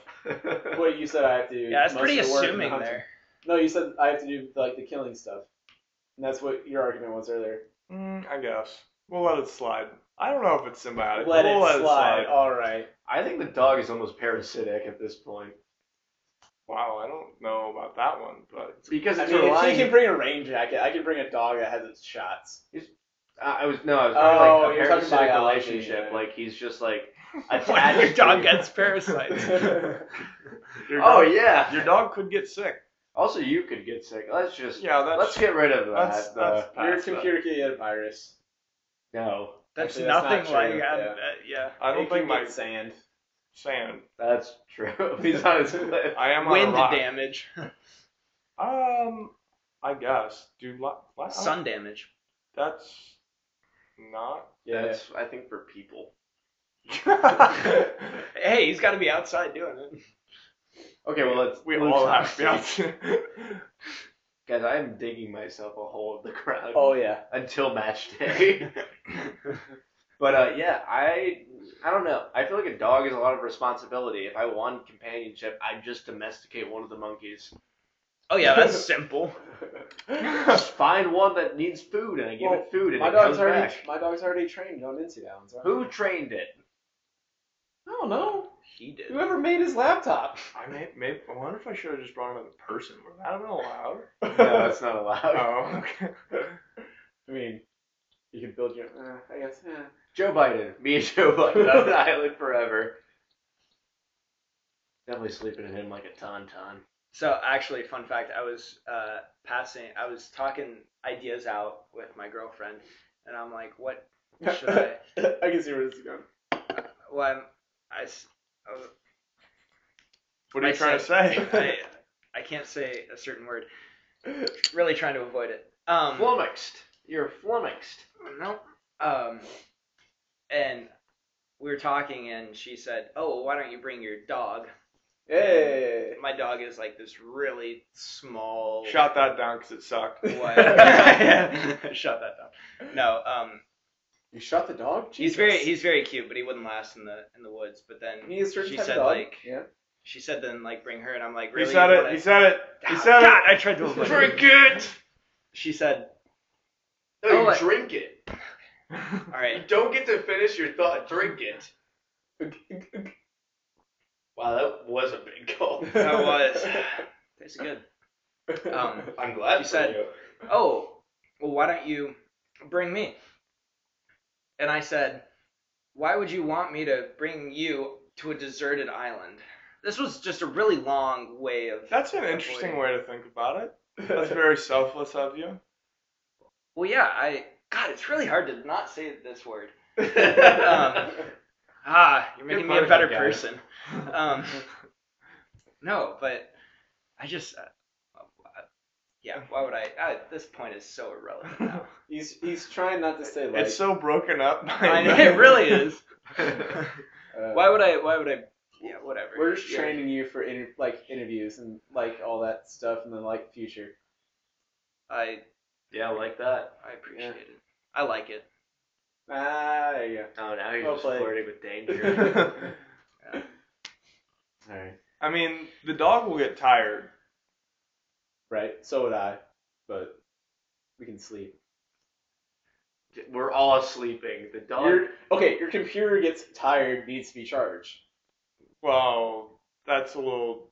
Speaker 4: What you said, I have to. do
Speaker 7: Yeah, that's
Speaker 4: most
Speaker 7: pretty
Speaker 4: of the work and the
Speaker 7: assuming
Speaker 4: hunting.
Speaker 7: there.
Speaker 4: No, you said I have to do like the killing stuff, and that's what your argument was earlier.
Speaker 3: Mm, I guess we'll let it slide. I don't know if it's symbiotic.
Speaker 4: let,
Speaker 3: but
Speaker 4: it,
Speaker 3: we'll
Speaker 4: slide. Oh. All right.
Speaker 2: I think the dog is almost parasitic at this point
Speaker 3: Wow, I don't know about that one, but
Speaker 2: because
Speaker 4: I
Speaker 2: it's
Speaker 4: mean, if
Speaker 2: relying.
Speaker 4: he can bring a rain jacket, I can bring a dog that has its shots.
Speaker 2: I I was no, I was
Speaker 4: Oh,
Speaker 2: talking like a
Speaker 4: you're talking
Speaker 2: parasitic
Speaker 4: biology,
Speaker 2: relationship.
Speaker 4: yeah.
Speaker 2: Like he's just like
Speaker 7: What if
Speaker 2: attached.
Speaker 7: your dog
Speaker 2: to-
Speaker 7: gets parasites?
Speaker 3: your
Speaker 2: Oh
Speaker 3: dog,
Speaker 2: yeah.
Speaker 3: your dog could get sick.
Speaker 2: Also, you could get sick. Let's just
Speaker 3: Yeah, that's
Speaker 2: let's get rid of that.
Speaker 3: that's-
Speaker 2: uh,
Speaker 3: that's past
Speaker 4: Your
Speaker 3: that.
Speaker 4: computer can get a virus.
Speaker 2: no,
Speaker 5: That's
Speaker 4: Actually, that's
Speaker 5: nothing
Speaker 4: not
Speaker 5: like
Speaker 4: true,
Speaker 5: I-
Speaker 4: yeah.
Speaker 5: uh, yeah.
Speaker 3: I don't
Speaker 4: It
Speaker 3: think
Speaker 4: can
Speaker 3: my
Speaker 4: get sand.
Speaker 3: sand.
Speaker 2: that's true. He's on his cliff.
Speaker 3: I am
Speaker 5: Wind
Speaker 3: on a rock.
Speaker 5: damage,
Speaker 3: Um, I guess. Do li- li-
Speaker 5: sun damage.
Speaker 3: That's not.
Speaker 4: Yeah.
Speaker 2: That's I think for people.
Speaker 5: Hey, he's got to be outside doing it.
Speaker 2: Okay, well let's
Speaker 3: we
Speaker 2: let's
Speaker 3: all
Speaker 2: not
Speaker 3: have to be outside.
Speaker 2: Guys, I am digging myself a hole in the ground
Speaker 4: Oh yeah.
Speaker 2: until match day. but uh, yeah, I I don't know. I feel like a dog is a lot of responsibility. If I wanted companionship, I'd just domesticate one of the monkeys.
Speaker 5: Oh yeah, that's simple.
Speaker 2: just find one that needs food, and I give
Speaker 4: Well,
Speaker 2: it food, and
Speaker 4: My
Speaker 2: it comes
Speaker 4: dog's already
Speaker 2: back.
Speaker 4: my dog's already trained on Incidowns. I
Speaker 2: Who trained it?
Speaker 4: don't know.
Speaker 5: He did.
Speaker 4: Whoever made his laptop.
Speaker 3: I may, maybe. I wonder if I should have just brought him as a person. Would that have been allowed?
Speaker 2: No, that's not allowed.
Speaker 3: oh, okay.
Speaker 4: I mean, you can build your. Uh, I guess. eh.
Speaker 2: Joe Biden. Me and Joe Biden on an island forever. Definitely sleeping in him like a tauntaun.
Speaker 5: So actually, fun fact: I was uh, passing, I was talking ideas out with my girlfriend, and I'm like, "What should I?"
Speaker 4: I can see where this is going.
Speaker 5: Well, I'm, I, s- I was-
Speaker 3: What are you
Speaker 5: I
Speaker 3: trying to say?
Speaker 5: I, I can't say a certain word. Really trying to avoid it. Um,
Speaker 2: Flummoxed. You're flummoxed.
Speaker 5: no. Um, and we were talking, and she said, "Oh, well, why don't you bring your dog?"
Speaker 4: Hey.
Speaker 5: My dog is like this really small.
Speaker 3: Shot that down because it sucked.
Speaker 5: What? Shut that down. No. Um,
Speaker 4: You shot the dog.
Speaker 5: he's very he's very cute, but he wouldn't last in the in the woods. But then
Speaker 4: He is certain
Speaker 5: she
Speaker 4: type
Speaker 5: said
Speaker 4: of dog.
Speaker 5: like
Speaker 4: Yeah.
Speaker 5: she said then like bring her, and I'm like
Speaker 3: He
Speaker 5: really.
Speaker 3: said
Speaker 5: You
Speaker 3: it.
Speaker 5: wanna-
Speaker 3: He said it. He
Speaker 5: Ah,
Speaker 3: said
Speaker 5: God,
Speaker 3: it.
Speaker 5: I tried to avoid it.
Speaker 3: Drink it.
Speaker 5: She said,
Speaker 2: No,
Speaker 5: Oh,
Speaker 2: you
Speaker 5: wait.
Speaker 2: drink it.
Speaker 5: "All right,
Speaker 2: You don't get to finish your thought. Drink it. Wow, that was a big gulp.
Speaker 5: that was tasted good." Um,
Speaker 2: I'm glad
Speaker 5: You said-
Speaker 2: you.
Speaker 5: oh, well, why don't you bring me? And I said, why would you want me to bring you to a deserted island? This was just a really long way of.
Speaker 3: That's an interesting way to think about it. That's very selfless of you.
Speaker 5: Well, yeah, I. God, it's really hard to not say this word.
Speaker 2: um,
Speaker 5: Ah, you're making me a
Speaker 2: punishment,
Speaker 5: better
Speaker 2: guys.
Speaker 5: person. Um, no, but I just. Uh, uh, yeah, why would I? Uh, this point is so irrelevant now.
Speaker 4: He's he's trying not to say like.
Speaker 3: it's so broken up. By
Speaker 5: I know, it really is.
Speaker 4: uh,
Speaker 5: Why would I? Why would I? Yeah, whatever.
Speaker 4: We're just
Speaker 5: Yeah.
Speaker 4: training you for inter- like interviews and like all that stuff and then like future.
Speaker 5: I
Speaker 2: yeah, like that.
Speaker 5: I appreciate it. I like it.
Speaker 4: Ah, there you go.
Speaker 2: Oh, now you're
Speaker 4: Well
Speaker 2: just
Speaker 4: played.
Speaker 2: flirting with danger. All right.
Speaker 3: I mean, the dog will get tired.
Speaker 4: Right. So would I, but we can sleep.
Speaker 2: We're all sleeping. The dog.
Speaker 4: Your, okay, your computer gets tired, needs to be charged.
Speaker 3: Well, that's a little.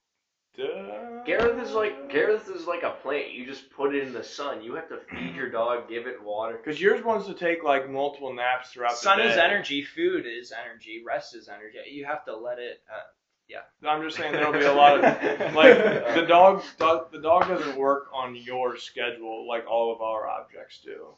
Speaker 3: duh.
Speaker 2: Gareth is like Gareth is like a plant. You just put it in the sun. You have to feed your dog, give it water.
Speaker 3: Because yours wants to take like multiple naps throughout
Speaker 5: Sun
Speaker 3: the day.
Speaker 5: is energy. Food is energy. Rest is energy. You have to let it. Uh,
Speaker 3: I'm just saying there'll be a lot of like the dog. do- The dog doesn't work on your schedule like all of our objects do.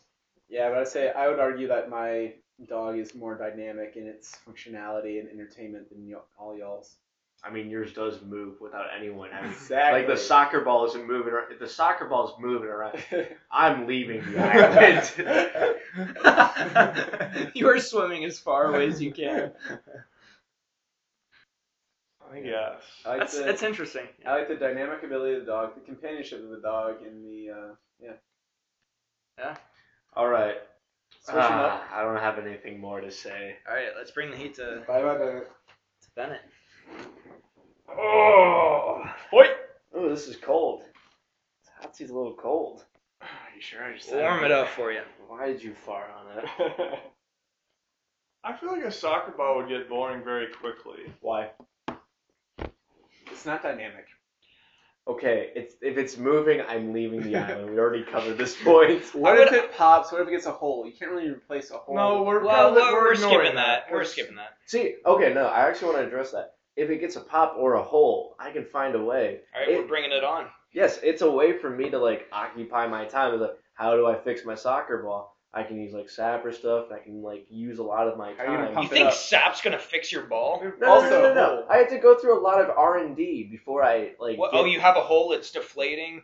Speaker 4: Yeah, but I say I would argue that my dog is more dynamic in its functionality and entertainment than y- all y'all's.
Speaker 2: I mean, yours does move without anyone having.
Speaker 4: Exactly.
Speaker 2: Like the soccer ball isn't moving. Around. If the soccer ball's moving around,
Speaker 4: the
Speaker 2: I'm leaving the island.
Speaker 5: you are swimming as far away as you can.
Speaker 3: I guess.
Speaker 4: I like,
Speaker 5: That's
Speaker 4: the,
Speaker 5: that's interesting.
Speaker 4: I like the dynamic ability of the dog, the companionship of the dog, and the uh,
Speaker 2: all right.
Speaker 4: switching
Speaker 2: Ah, I don't have anything more to say.
Speaker 5: All right, let's bring the heat to,
Speaker 4: up. Bye bye bye.
Speaker 5: to Bennett.
Speaker 3: Oh, boy.
Speaker 2: Oh, this is cold. Hotsy's a little cold.
Speaker 4: You sure? I just
Speaker 5: Warm it up for you.
Speaker 2: Why did you fart on it?
Speaker 3: I feel like a soccer ball would get boring very quickly.
Speaker 4: Why? It's not dynamic.
Speaker 2: Okay, it's if it's moving, I'm leaving the island. We already covered this point.
Speaker 4: What
Speaker 5: would-
Speaker 4: if it pops? What if it gets a hole? You can't really replace a hole.
Speaker 3: No, we're
Speaker 5: Well,
Speaker 3: probably-
Speaker 5: we're, we're
Speaker 3: ignoring
Speaker 5: skipping that. We're skipping that.
Speaker 2: See, okay, no, I actually want to address that. if it gets a pop or a hole, I can find a way.
Speaker 5: All right,
Speaker 2: It-
Speaker 5: we're bringing it on.
Speaker 2: yes, it's a way for me to like occupy my time. It's like, how do I fix my soccer ball? I can use like sap or stuff. I can like use a lot of my
Speaker 4: How you gonna
Speaker 2: time.
Speaker 4: pump
Speaker 5: You
Speaker 4: it
Speaker 5: think
Speaker 4: up.
Speaker 5: Sap's gonna fix your ball?
Speaker 2: No, no, no, no, no. I had to go through a lot of R and D before I like.
Speaker 5: What,
Speaker 2: get-
Speaker 5: oh, you have a hole. It's deflating.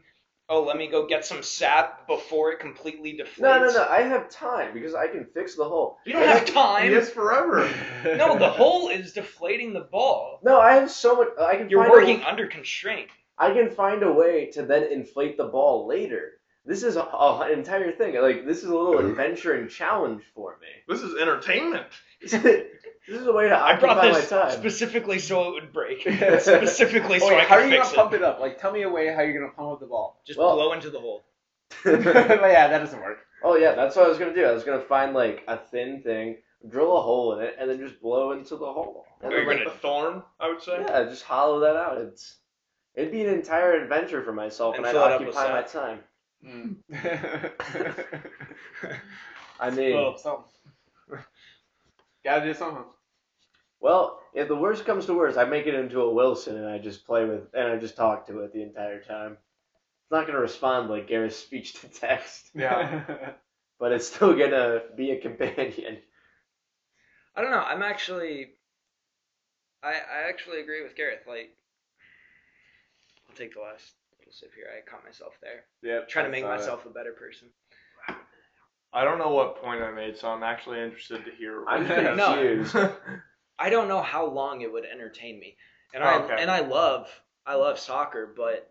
Speaker 5: Oh, let me go get some Sap before it completely deflates.
Speaker 2: No, no, no. I have time because I can fix the hole.
Speaker 5: You don't have time.
Speaker 3: Yes, forever.
Speaker 5: No, the hole is deflating the ball.
Speaker 2: No, I have so much. I can.
Speaker 5: You're
Speaker 2: find a-
Speaker 5: working under constraint.
Speaker 2: I can find a way to then inflate the ball later. This is a, a- an entire thing. Like this is a little adventure and challenge for me.
Speaker 3: This is entertainment.
Speaker 2: this is a way to
Speaker 5: I brought
Speaker 2: occupy my
Speaker 5: this
Speaker 2: time.
Speaker 5: specifically so it would break. specifically so
Speaker 4: Wait,
Speaker 5: I
Speaker 4: how are
Speaker 5: could
Speaker 4: you
Speaker 5: fix
Speaker 4: gonna
Speaker 5: it.
Speaker 4: pump it up? Like, tell me a way how you're gonna pump up the ball.
Speaker 5: Just
Speaker 2: Well-
Speaker 5: blow into the hole.
Speaker 4: but yeah, that doesn't work.
Speaker 2: oh yeah, that's what I was gonna do. I was gonna find like a thin thing, drill a hole in it, and then just blow into the hole. And
Speaker 5: Are you
Speaker 2: then, like,
Speaker 5: gonna-
Speaker 3: The thorn, I would say.
Speaker 2: yeah, just hollow that out. It's it'd be an entire adventure for myself,
Speaker 5: And
Speaker 2: and, I'd
Speaker 5: fill it up with
Speaker 2: occupy my time.
Speaker 5: sand.
Speaker 4: Hmm.
Speaker 2: I
Speaker 4: I
Speaker 2: mean-
Speaker 4: Gotta do something.
Speaker 2: Well, if the worst comes to worst, I make it into a Wilson and I just play with and I just talk to it the entire time. It's not gonna respond like Garrett's speech to text,
Speaker 4: Yeah.
Speaker 2: but it's still gonna be a companion.
Speaker 5: I don't know. I'm actually, I I actually agree with Gareth. Like, I'll take the last little sip here. I caught myself there.
Speaker 4: yeah.
Speaker 5: trying to make
Speaker 4: I saw that.
Speaker 5: myself a better person.
Speaker 3: I don't know what point I made, so I'm actually interested to hear. what
Speaker 2: I'm
Speaker 3: you have to
Speaker 5: No.
Speaker 2: confused.
Speaker 3: say.
Speaker 5: I don't know how long it would entertain me, and I
Speaker 3: Okay.
Speaker 5: and I love I love soccer, but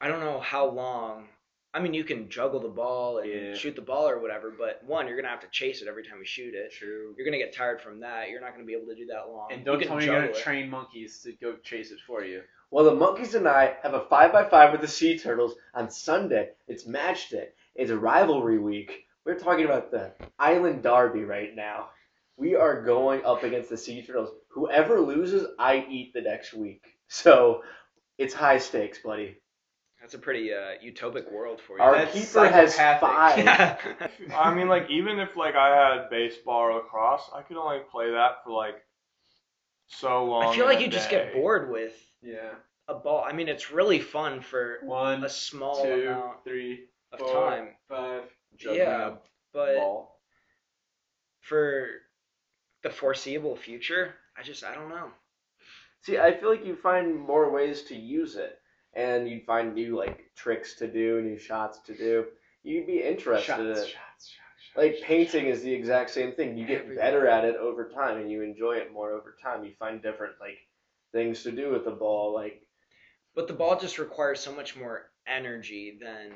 Speaker 5: I don't know how long. I mean, you can juggle the ball and
Speaker 4: Yeah.
Speaker 5: shoot the ball or whatever, but one, you're gonna have to chase it every time you shoot it.
Speaker 4: True.
Speaker 5: You're gonna get tired from that. You're not gonna be able to do that long.
Speaker 4: And don't
Speaker 5: can
Speaker 4: tell me you're
Speaker 5: juggle
Speaker 4: gonna
Speaker 5: it.
Speaker 4: train monkeys to go chase it for you.
Speaker 2: Well, the monkeys and I have a five by five with the sea turtles on Sunday. It's match day. It's a rivalry week. We're talking about the island derby right now. We are going up against the sea turtles. Whoever loses, I eat the next week. So it's high stakes, buddy.
Speaker 5: That's a pretty uh, utopic world for you.
Speaker 2: Our
Speaker 4: That's
Speaker 2: keeper has
Speaker 4: psychopathic.
Speaker 2: five.
Speaker 3: I mean, like even if like I had baseball or lacrosse, I could only play that for like so long.
Speaker 5: I feel
Speaker 3: in
Speaker 5: like
Speaker 3: a
Speaker 5: you just
Speaker 3: day.
Speaker 5: get bored with
Speaker 4: Yeah.
Speaker 5: a ball. I mean, it's really fun for
Speaker 4: One,
Speaker 5: a small
Speaker 4: two,
Speaker 5: amount
Speaker 4: three,
Speaker 5: of
Speaker 4: four,
Speaker 5: time,
Speaker 4: five.
Speaker 5: Yeah,
Speaker 4: Juggling a
Speaker 5: but
Speaker 4: ball.
Speaker 5: for the foreseeable future, I just I don't know.
Speaker 2: See, I feel like you find more ways to use it, and you find new like tricks to do, new shots to do. You'd be interested
Speaker 4: Shots,
Speaker 2: in it.
Speaker 4: shots, shots, shots,
Speaker 2: Like
Speaker 4: shots.
Speaker 2: painting is the exact same thing. You get
Speaker 5: Everything.
Speaker 2: better at it over time, and you enjoy it more over time. You find different like things to do with the ball. Like
Speaker 5: But the ball just requires so much more energy than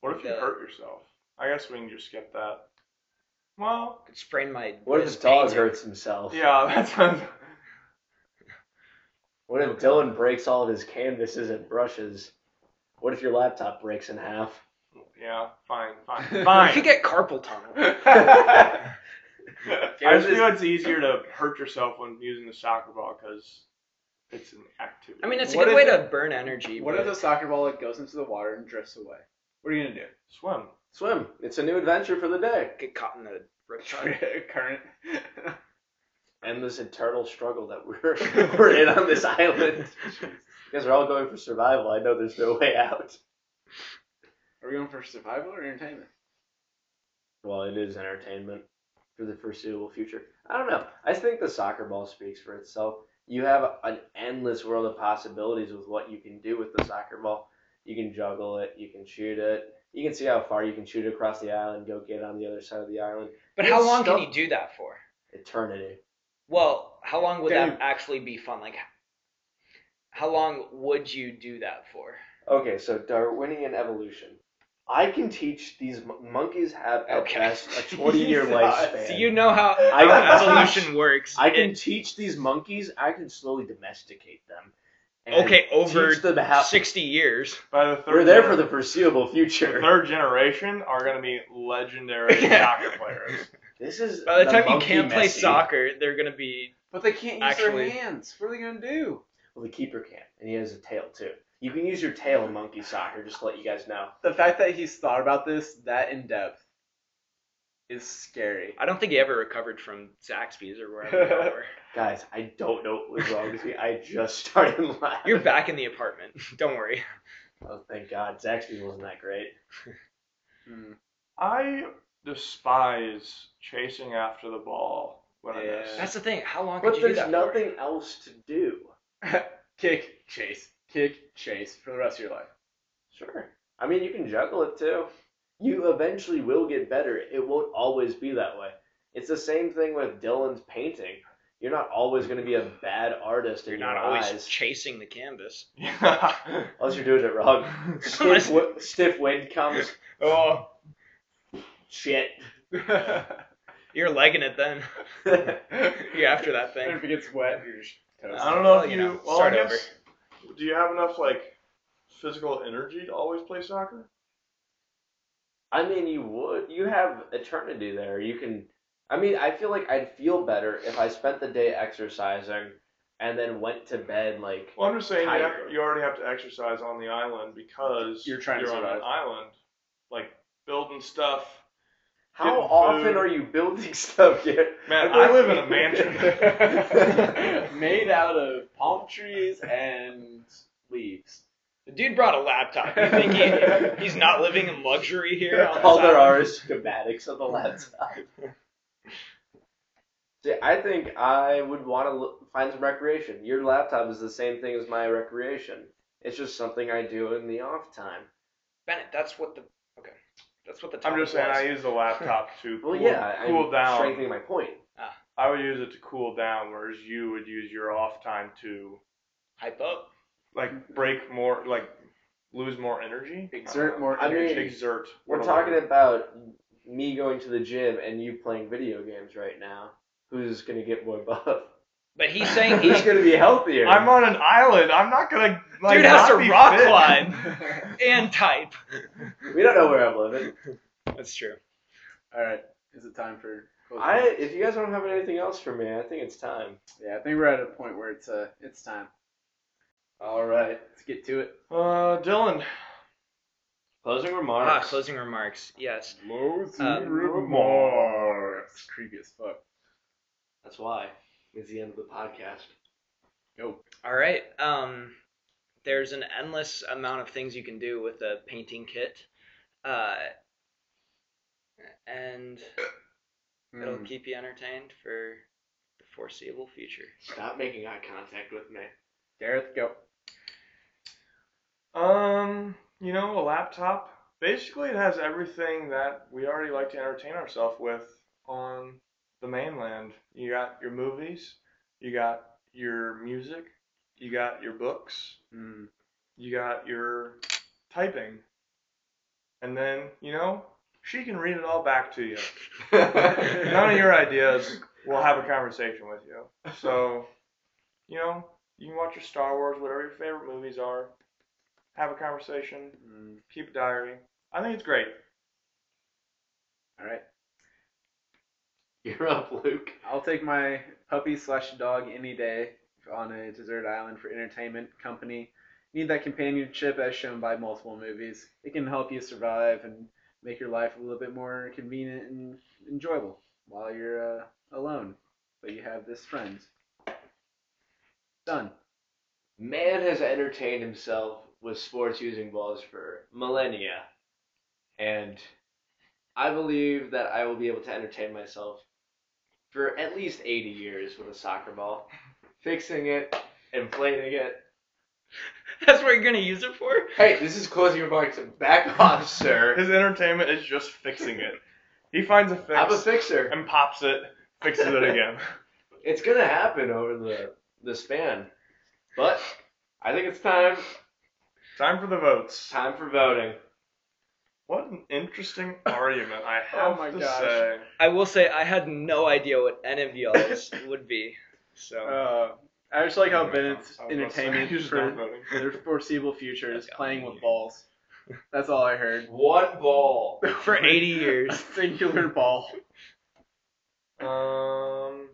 Speaker 3: What if you
Speaker 5: Yeah.
Speaker 3: hurt yourself? I guess we can just skip that. Well,
Speaker 5: I could sprain my.
Speaker 2: what if
Speaker 5: wrist
Speaker 2: the dog
Speaker 5: painting.
Speaker 2: hurts himself?
Speaker 3: yeah, that's.
Speaker 2: What if Dylan breaks all of his canvases and brushes? What if your laptop breaks in half?
Speaker 3: Yeah, fine, fine,
Speaker 5: You could
Speaker 3: fine.
Speaker 5: get carpal tunnel.
Speaker 3: I just feel it's easier to hurt yourself when using the soccer ball because it's an activity.
Speaker 5: I mean, it's a
Speaker 4: What
Speaker 5: good
Speaker 4: if
Speaker 5: way
Speaker 4: the-
Speaker 5: to burn energy.
Speaker 4: What
Speaker 5: but
Speaker 4: if the soccer ball like, goes into the water and drifts away? What are you gonna do?
Speaker 3: swim.
Speaker 2: Swim. It's a new adventure for the day.
Speaker 5: get caught in the riptide?
Speaker 4: Current.
Speaker 2: And this eternal struggle that we're we're in on this island. You guys are all going for survival. I know there's no way out.
Speaker 4: Are we going for survival or entertainment?
Speaker 2: Well, it is entertainment for the foreseeable future. I don't know. I think the soccer ball speaks for itself. You have an endless world of possibilities with what you can do with the soccer ball. You can juggle it, you can shoot it, you can see how far you can shoot it across the island, go get it on the other side of the island.
Speaker 5: But
Speaker 2: It's
Speaker 5: how long can
Speaker 2: stuff-
Speaker 5: you do that for?
Speaker 2: Eternity.
Speaker 5: Well, how long would
Speaker 4: Then
Speaker 5: that actually be fun? Like, how long would you do that for?
Speaker 2: Okay, so Darwinian evolution. I can teach these mon- monkeys have at
Speaker 5: Okay.
Speaker 2: best a 20 year lifespan.
Speaker 5: So you know how
Speaker 2: I
Speaker 5: how
Speaker 2: can
Speaker 5: evolution works.
Speaker 2: I can
Speaker 5: It-
Speaker 2: teach these monkeys, I can slowly domesticate them.
Speaker 5: okay over
Speaker 2: teach them how,
Speaker 5: sixty years.
Speaker 3: By the 3rd
Speaker 2: We're there for the foreseeable future.
Speaker 3: third generation are going to be legendary
Speaker 5: Yeah.
Speaker 3: soccer players.
Speaker 2: This is
Speaker 5: By the, time you
Speaker 2: monkey
Speaker 5: can't play
Speaker 2: Messi.
Speaker 5: soccer, they're gonna be.
Speaker 4: But they can't use their
Speaker 5: Actually-
Speaker 4: hands. What are they gonna do?
Speaker 2: Well, the keeper can, and he has a tail too. You can use your tail in monkey soccer. Just to let you guys know.
Speaker 4: The fact that he's thought about this that in depth is scary.
Speaker 5: I don't think he ever recovered from Zaxby's or wherever you were.
Speaker 2: Guys, I don't know what was wrong with me. I just started laughing.
Speaker 5: You're back in the apartment. Don't worry.
Speaker 2: Oh, thank God. Zaxby's wasn't that great.
Speaker 4: Mm.
Speaker 3: I despise chasing after the ball when I
Speaker 4: Yeah.
Speaker 3: miss.
Speaker 5: That's the thing. How long could
Speaker 2: But
Speaker 5: you do
Speaker 2: there's
Speaker 5: that? for?
Speaker 2: nothing else to do.
Speaker 4: Kick, chase, kick, chase for the rest of your life.
Speaker 2: Sure. I mean, you can juggle it too. You eventually will get better. It won't always be that way. It's the same thing with Dylan's painting. You're not always going to be a bad artist
Speaker 5: You're
Speaker 2: in
Speaker 5: not
Speaker 2: your
Speaker 5: always
Speaker 2: eyes,
Speaker 5: chasing the canvas.
Speaker 3: Yeah.
Speaker 2: unless you're doing it wrong. stiff, wi- stiff wind comes.
Speaker 5: Oh,
Speaker 2: Shit.
Speaker 5: you're legging it then. You're after that
Speaker 4: And
Speaker 5: thing.
Speaker 4: if it gets wet, you're just toast.
Speaker 3: I don't know
Speaker 5: Well,
Speaker 3: if
Speaker 5: you
Speaker 3: you.
Speaker 5: know,
Speaker 3: well,
Speaker 5: start
Speaker 3: I guess, Do you have enough like physical energy to always play soccer?
Speaker 2: I mean, you would. You have eternity there. You can. I mean, I feel like I'd feel better if I spent the day exercising and then went to bed like.
Speaker 3: Well, I'm just saying you,
Speaker 2: Tired.
Speaker 3: have, you already have to exercise on the island because
Speaker 4: You're trying to
Speaker 3: on
Speaker 4: survive.
Speaker 3: an island, like building stuff.
Speaker 2: How
Speaker 3: Getting
Speaker 2: often
Speaker 3: food.
Speaker 2: are you building stuff here?
Speaker 3: Man, I live in a mansion.
Speaker 4: Made out of palm trees and leaves.
Speaker 5: The dude brought a laptop. You think he, he's not living in luxury here? on this
Speaker 2: All there
Speaker 5: island?
Speaker 2: are is schematics of the laptop. See, I think I would want to l- find some recreation. Your laptop is the same thing as my recreation. It's just something I do in the off time.
Speaker 5: Bennett, that's what the okay. That's what the.
Speaker 3: I'm
Speaker 5: topic
Speaker 3: just saying
Speaker 5: was.
Speaker 3: I use the laptop to cool,
Speaker 2: Well, yeah, I'm
Speaker 3: cool down.
Speaker 2: strengthening my point.
Speaker 3: I would use it to cool down, whereas you would use your off time to
Speaker 5: hype up.
Speaker 3: like break more, like lose more energy,
Speaker 4: Exert more
Speaker 2: I mean,
Speaker 4: energy.
Speaker 3: exert.
Speaker 2: We're
Speaker 3: what a
Speaker 2: talking
Speaker 3: word.
Speaker 2: about me going to the gym and you playing video games right now. Who's gonna get more buff?
Speaker 5: But he's saying he
Speaker 2: Who's gonna be healthier?
Speaker 3: I'm on an island. I'm not gonna. Like,
Speaker 5: dude has
Speaker 3: not
Speaker 5: to
Speaker 3: be
Speaker 5: rock
Speaker 3: fit.
Speaker 5: climb and type.
Speaker 2: we don't know where I'm living.
Speaker 5: That's true.
Speaker 4: All right, is it time for? closing
Speaker 2: I
Speaker 4: up?
Speaker 2: if you guys don't have anything else for me, I think it's time.
Speaker 4: Yeah, I think we're at a point where it's uh, it's time. All right, let's get to it.
Speaker 3: Uh, Dylan.
Speaker 2: Closing remarks.
Speaker 5: Ah, closing remarks. Yes. Um,
Speaker 3: remarks.
Speaker 4: Uh, It's creepy as fuck.
Speaker 2: That's why. It's the end of the podcast.
Speaker 5: All right. Um, there's an endless amount of things you can do with a painting kit, uh, and it'll
Speaker 4: Mm.
Speaker 5: keep you entertained for the foreseeable future.
Speaker 2: Stop making eye contact with me.
Speaker 4: Gareth, go.
Speaker 3: Um, you know, a laptop. Basically, it has everything that we already like to entertain ourselves with on the mainland. You got your movies, you got your music, you got your books,
Speaker 4: Mm.
Speaker 3: you got your typing. And then, you know, she can read it all back to you. None of your ideas will have a conversation with you. So, you know, you can watch your Star Wars, whatever your favorite movies are, have a conversation,
Speaker 4: Mm.
Speaker 3: keep a diary. I think it's great.
Speaker 4: All right,
Speaker 2: You're up, Luke.
Speaker 4: I'll take my puppy slash dog any day on a desert island for entertainment company. Need that companionship as shown by multiple movies. It can help you survive and make your life a little bit more convenient and enjoyable while you're uh, alone, but you have this friend. Done.
Speaker 2: Man has entertained himself with sports using balls for millennia. And I believe that I will be able to entertain myself for at least 80 years with a soccer ball, fixing it, inflating it.
Speaker 5: That's what you're gonna use it for.
Speaker 2: Hey, this is closing remarks. Back off, sir.
Speaker 3: His entertainment is just fixing it. He finds a fix
Speaker 2: I'm a fixer.
Speaker 3: and pops it, fixes it again.
Speaker 2: It's going to happen over the, the span. But I think it's time.
Speaker 3: Time for the votes.
Speaker 2: Time for voting.
Speaker 3: What an interesting argument, I have
Speaker 4: my
Speaker 3: to
Speaker 4: gosh.
Speaker 3: say.
Speaker 5: I will say I had no idea what any of y'all's would be. So
Speaker 4: Uh, I just like how Bennett's
Speaker 3: Oh. I was about to say,
Speaker 4: entertainment
Speaker 3: he's not
Speaker 4: for
Speaker 3: voting.
Speaker 4: their foreseeable future is playing with balls. That's all I heard.
Speaker 2: One ball.
Speaker 3: Uh,
Speaker 5: for 80
Speaker 4: A
Speaker 5: years.
Speaker 4: singular ball.
Speaker 3: Um.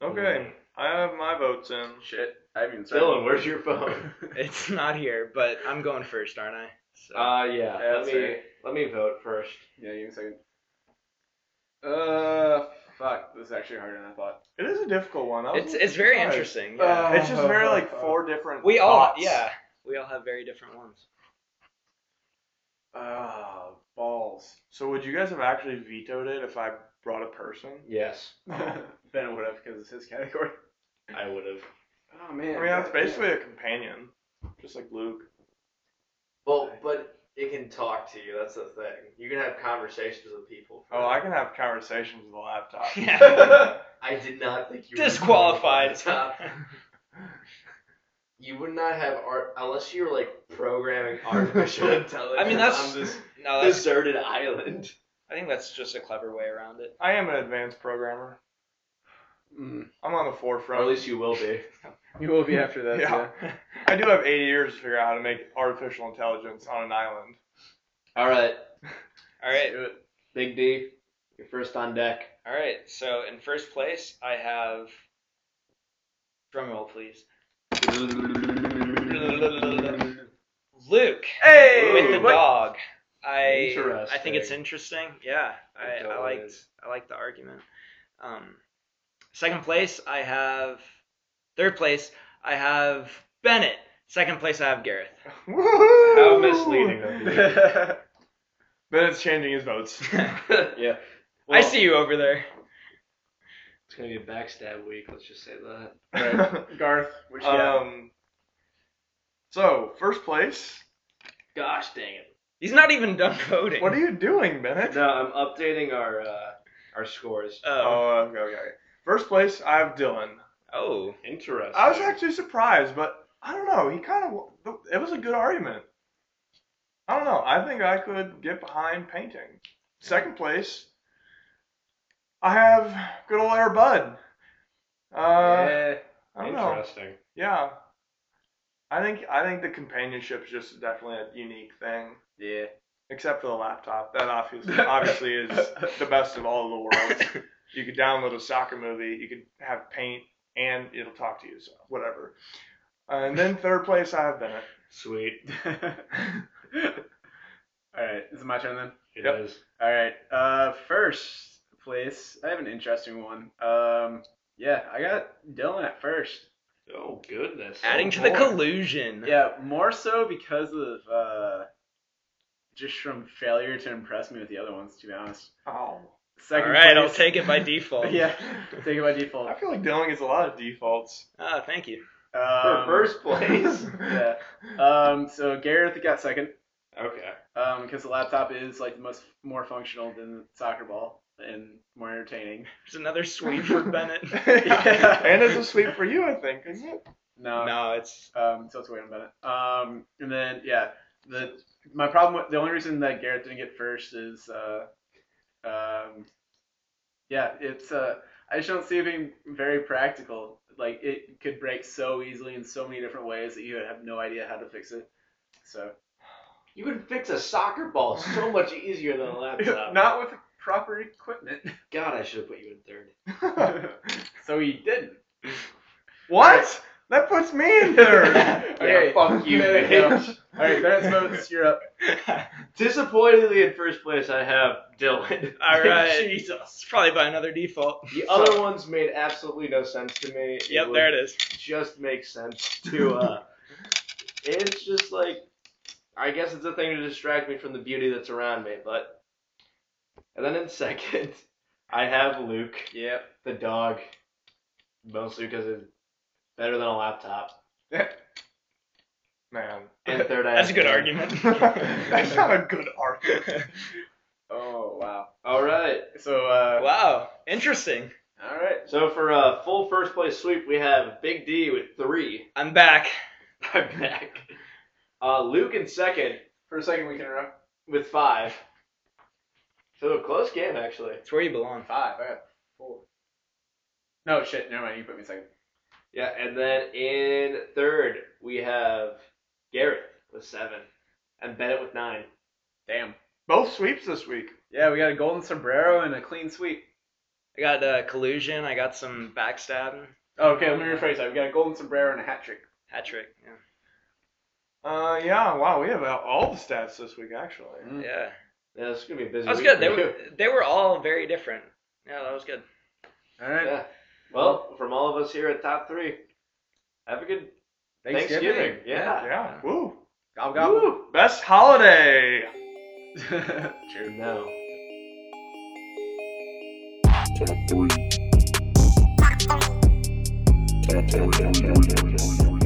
Speaker 3: Okay, I have my votes in.
Speaker 4: Shit. I haven't even
Speaker 2: Dylan, where's your phone?
Speaker 5: It's not here, but I'm going first, aren't I? So.
Speaker 2: Uh, yeah.
Speaker 4: Yeah,
Speaker 2: let
Speaker 4: that's
Speaker 2: me
Speaker 4: right.
Speaker 2: let me vote first.
Speaker 4: Yeah, you can second. Uh, fuck. This is actually harder than I thought.
Speaker 3: It is a difficult one. I was
Speaker 5: It's it's very
Speaker 3: surprised.
Speaker 5: interesting. Yeah.
Speaker 3: Uh, it's just very like
Speaker 2: Uh-huh.
Speaker 3: four different.
Speaker 5: we all
Speaker 3: thoughts.
Speaker 5: yeah we all have very different ones.
Speaker 3: Ah, balls. So would you guys have actually vetoed it if I brought a person?
Speaker 2: Yes,
Speaker 4: ben would have because it's his category.
Speaker 2: I would have.
Speaker 4: Oh man.
Speaker 3: I mean, that's basically a companion, just like Luke.
Speaker 2: Well, but it can talk to you. That's the thing. You can have conversations with people.
Speaker 3: Oh, I can have conversations with a laptop.
Speaker 5: Yeah.
Speaker 2: I did not think you
Speaker 5: Disqualified.
Speaker 2: Were top. You would not have art unless you were like programming artificial intelligence.
Speaker 5: I mean
Speaker 2: on
Speaker 5: that's
Speaker 2: this
Speaker 5: no that's
Speaker 2: deserted island.
Speaker 5: I think that's just a clever way around it.
Speaker 3: I am an advanced programmer.
Speaker 4: Mm,
Speaker 3: I'm on the forefront.
Speaker 2: you will be.
Speaker 4: you will be after that.
Speaker 3: Yeah.
Speaker 4: Yeah.
Speaker 3: I do have 80 years to figure out how to make artificial intelligence on an island.
Speaker 2: All right,
Speaker 5: All right,
Speaker 2: Big D, you're first on deck.
Speaker 5: all right. So in first place, I have drum roll, please. Luke
Speaker 3: Hey,
Speaker 5: with the
Speaker 3: what-
Speaker 5: dog. I I
Speaker 2: Interesting.
Speaker 5: think it's interesting. Yeah, I,
Speaker 2: The
Speaker 5: I
Speaker 2: dog
Speaker 5: liked
Speaker 2: is-
Speaker 5: I liked the argument. Um, second place, I have. Third place, I have Bennett. Second place, I have Gareth.
Speaker 3: Woohoo!
Speaker 2: How misleading of you.
Speaker 3: Bennett's changing his votes.
Speaker 2: Yeah.
Speaker 5: I see you over there.
Speaker 2: It's gonna be a backstab week. Let's just say that.
Speaker 4: Garth, which yeah.
Speaker 3: um, so, first place.
Speaker 2: Gosh dang it.
Speaker 5: He's not even done voting.
Speaker 3: What are you doing, Bennett?
Speaker 2: No, I'm updating our uh, our scores.
Speaker 5: Oh.
Speaker 3: Oh, okay, okay. okay. First place, I have Dylan.
Speaker 5: Oh.
Speaker 2: Interesting.
Speaker 3: I was actually surprised, but I don't know. He kind of. It was a good argument. I don't know. I think I could get behind painting. Second place, I have good old Air Bud. Uh,
Speaker 4: yeah.
Speaker 3: I don't know.
Speaker 2: Interesting.
Speaker 3: Yeah. I think I think the companionship is just definitely a unique thing,
Speaker 4: Yeah.
Speaker 3: except for the laptop. That obviously obviously is the best of all the worlds. You could download a soccer movie. You could have paint, and it'll talk to you. So whatever. and then third place, I have Bennett.
Speaker 2: Sweet.
Speaker 4: All right. Is it my turn then?
Speaker 2: It is.
Speaker 3: Yep.
Speaker 4: All right. Uh, first place. I have an interesting one. Um, yeah, I got Dylan at first.
Speaker 2: Oh goodness.
Speaker 5: Adding
Speaker 2: Oh,
Speaker 5: to the
Speaker 2: boy.
Speaker 5: collusion.
Speaker 4: Yeah, more so because of uh, just from failure to impress me with the other ones. To be honest.
Speaker 3: Oh,
Speaker 5: All
Speaker 4: Second
Speaker 5: right, I'll
Speaker 4: place.
Speaker 5: take it by default.
Speaker 4: yeah, take it by default.
Speaker 3: I feel like Dylan gets a lot of defaults.
Speaker 5: Ah, thank you.
Speaker 4: Um,
Speaker 2: first place.
Speaker 4: Yeah. Um, so Gareth got second
Speaker 2: okay.
Speaker 4: because the laptop is like the most more functional than the soccer ball and more entertaining.
Speaker 5: There's another sweep for Bennett.
Speaker 4: Yeah.
Speaker 3: And it's a sweep for you, I think, isn't it?
Speaker 4: No.
Speaker 5: no, it's
Speaker 4: Um, so let's wait on Bennett. Um, and then yeah, the my problem with the only reason that Garrett didn't get first is uh, um, yeah, it's uh, I just don't see it being very practical. Like it could break so easily in so many different ways that you would have no idea how to fix it. So
Speaker 2: You could fix a soccer ball so much easier than a laptop.
Speaker 4: not with proper equipment.
Speaker 2: God, I should have put you in third.
Speaker 4: so he didn't.
Speaker 3: What? That puts me in third.
Speaker 4: Okay.
Speaker 2: fuck you,
Speaker 4: There you go.
Speaker 2: bitch.
Speaker 4: All right, Bennett's votes. You're up.
Speaker 2: Disappointingly, in first place, I have Dylan.
Speaker 5: all right.
Speaker 2: Jesus.
Speaker 5: It's probably by another default.
Speaker 2: The other ones made absolutely no sense to me. It
Speaker 5: Yep,
Speaker 2: would
Speaker 5: there it is.
Speaker 2: Just makes sense to. uh It's just like, I guess it's a thing to distract me from the beauty that's around me. But, and then in second, I have Luke,
Speaker 4: Yep.
Speaker 2: the dog, mostly because it's better than a laptop.
Speaker 3: Man,
Speaker 2: And third, I
Speaker 5: That's a
Speaker 2: have
Speaker 5: good
Speaker 2: Dylan.
Speaker 5: argument.
Speaker 3: that's not a good argument.
Speaker 4: Oh wow.
Speaker 2: All right.
Speaker 4: So uh,
Speaker 5: Wow, interesting.
Speaker 4: all right.
Speaker 2: So for a full first place sweep, we have Big D with three.
Speaker 5: I'm back.
Speaker 2: I'm back. Uh, Luke in second
Speaker 4: For a second we can interrupt.
Speaker 2: with five. So a close game actually.
Speaker 5: It's where you belong.
Speaker 4: Five. I got four. No shit. Never mind. You put me second.
Speaker 2: Yeah, and then in third we have Garrett with seven, and Bennett with nine.
Speaker 4: Damn.
Speaker 3: Both sweeps this week.
Speaker 4: Yeah, we got a golden sombrero and a clean sweep.
Speaker 5: I got uh, collusion. I got some backstabbing.
Speaker 4: Oh, okay, let me rephrase that. We got a golden sombrero and a hat trick.
Speaker 5: Hat trick.
Speaker 4: Mm-hmm.
Speaker 5: Yeah.
Speaker 2: Mm.
Speaker 3: Uh, yeah. Wow, we have all the stats this week actually.
Speaker 5: yeah.
Speaker 2: Yeah, it's gonna be a busy.
Speaker 5: That was
Speaker 2: week
Speaker 5: good.
Speaker 2: for
Speaker 5: They were
Speaker 2: you.
Speaker 5: they were all very different. Yeah, that was good.
Speaker 4: All right.
Speaker 2: Yeah. Well, from all of us here at Top Three, have a good Thanksgiving. Yeah.
Speaker 3: Yeah. Woo.
Speaker 4: Gobble gobble.
Speaker 3: Woo. Best holiday.
Speaker 4: True.
Speaker 2: No.
Speaker 8: Top three. Top three.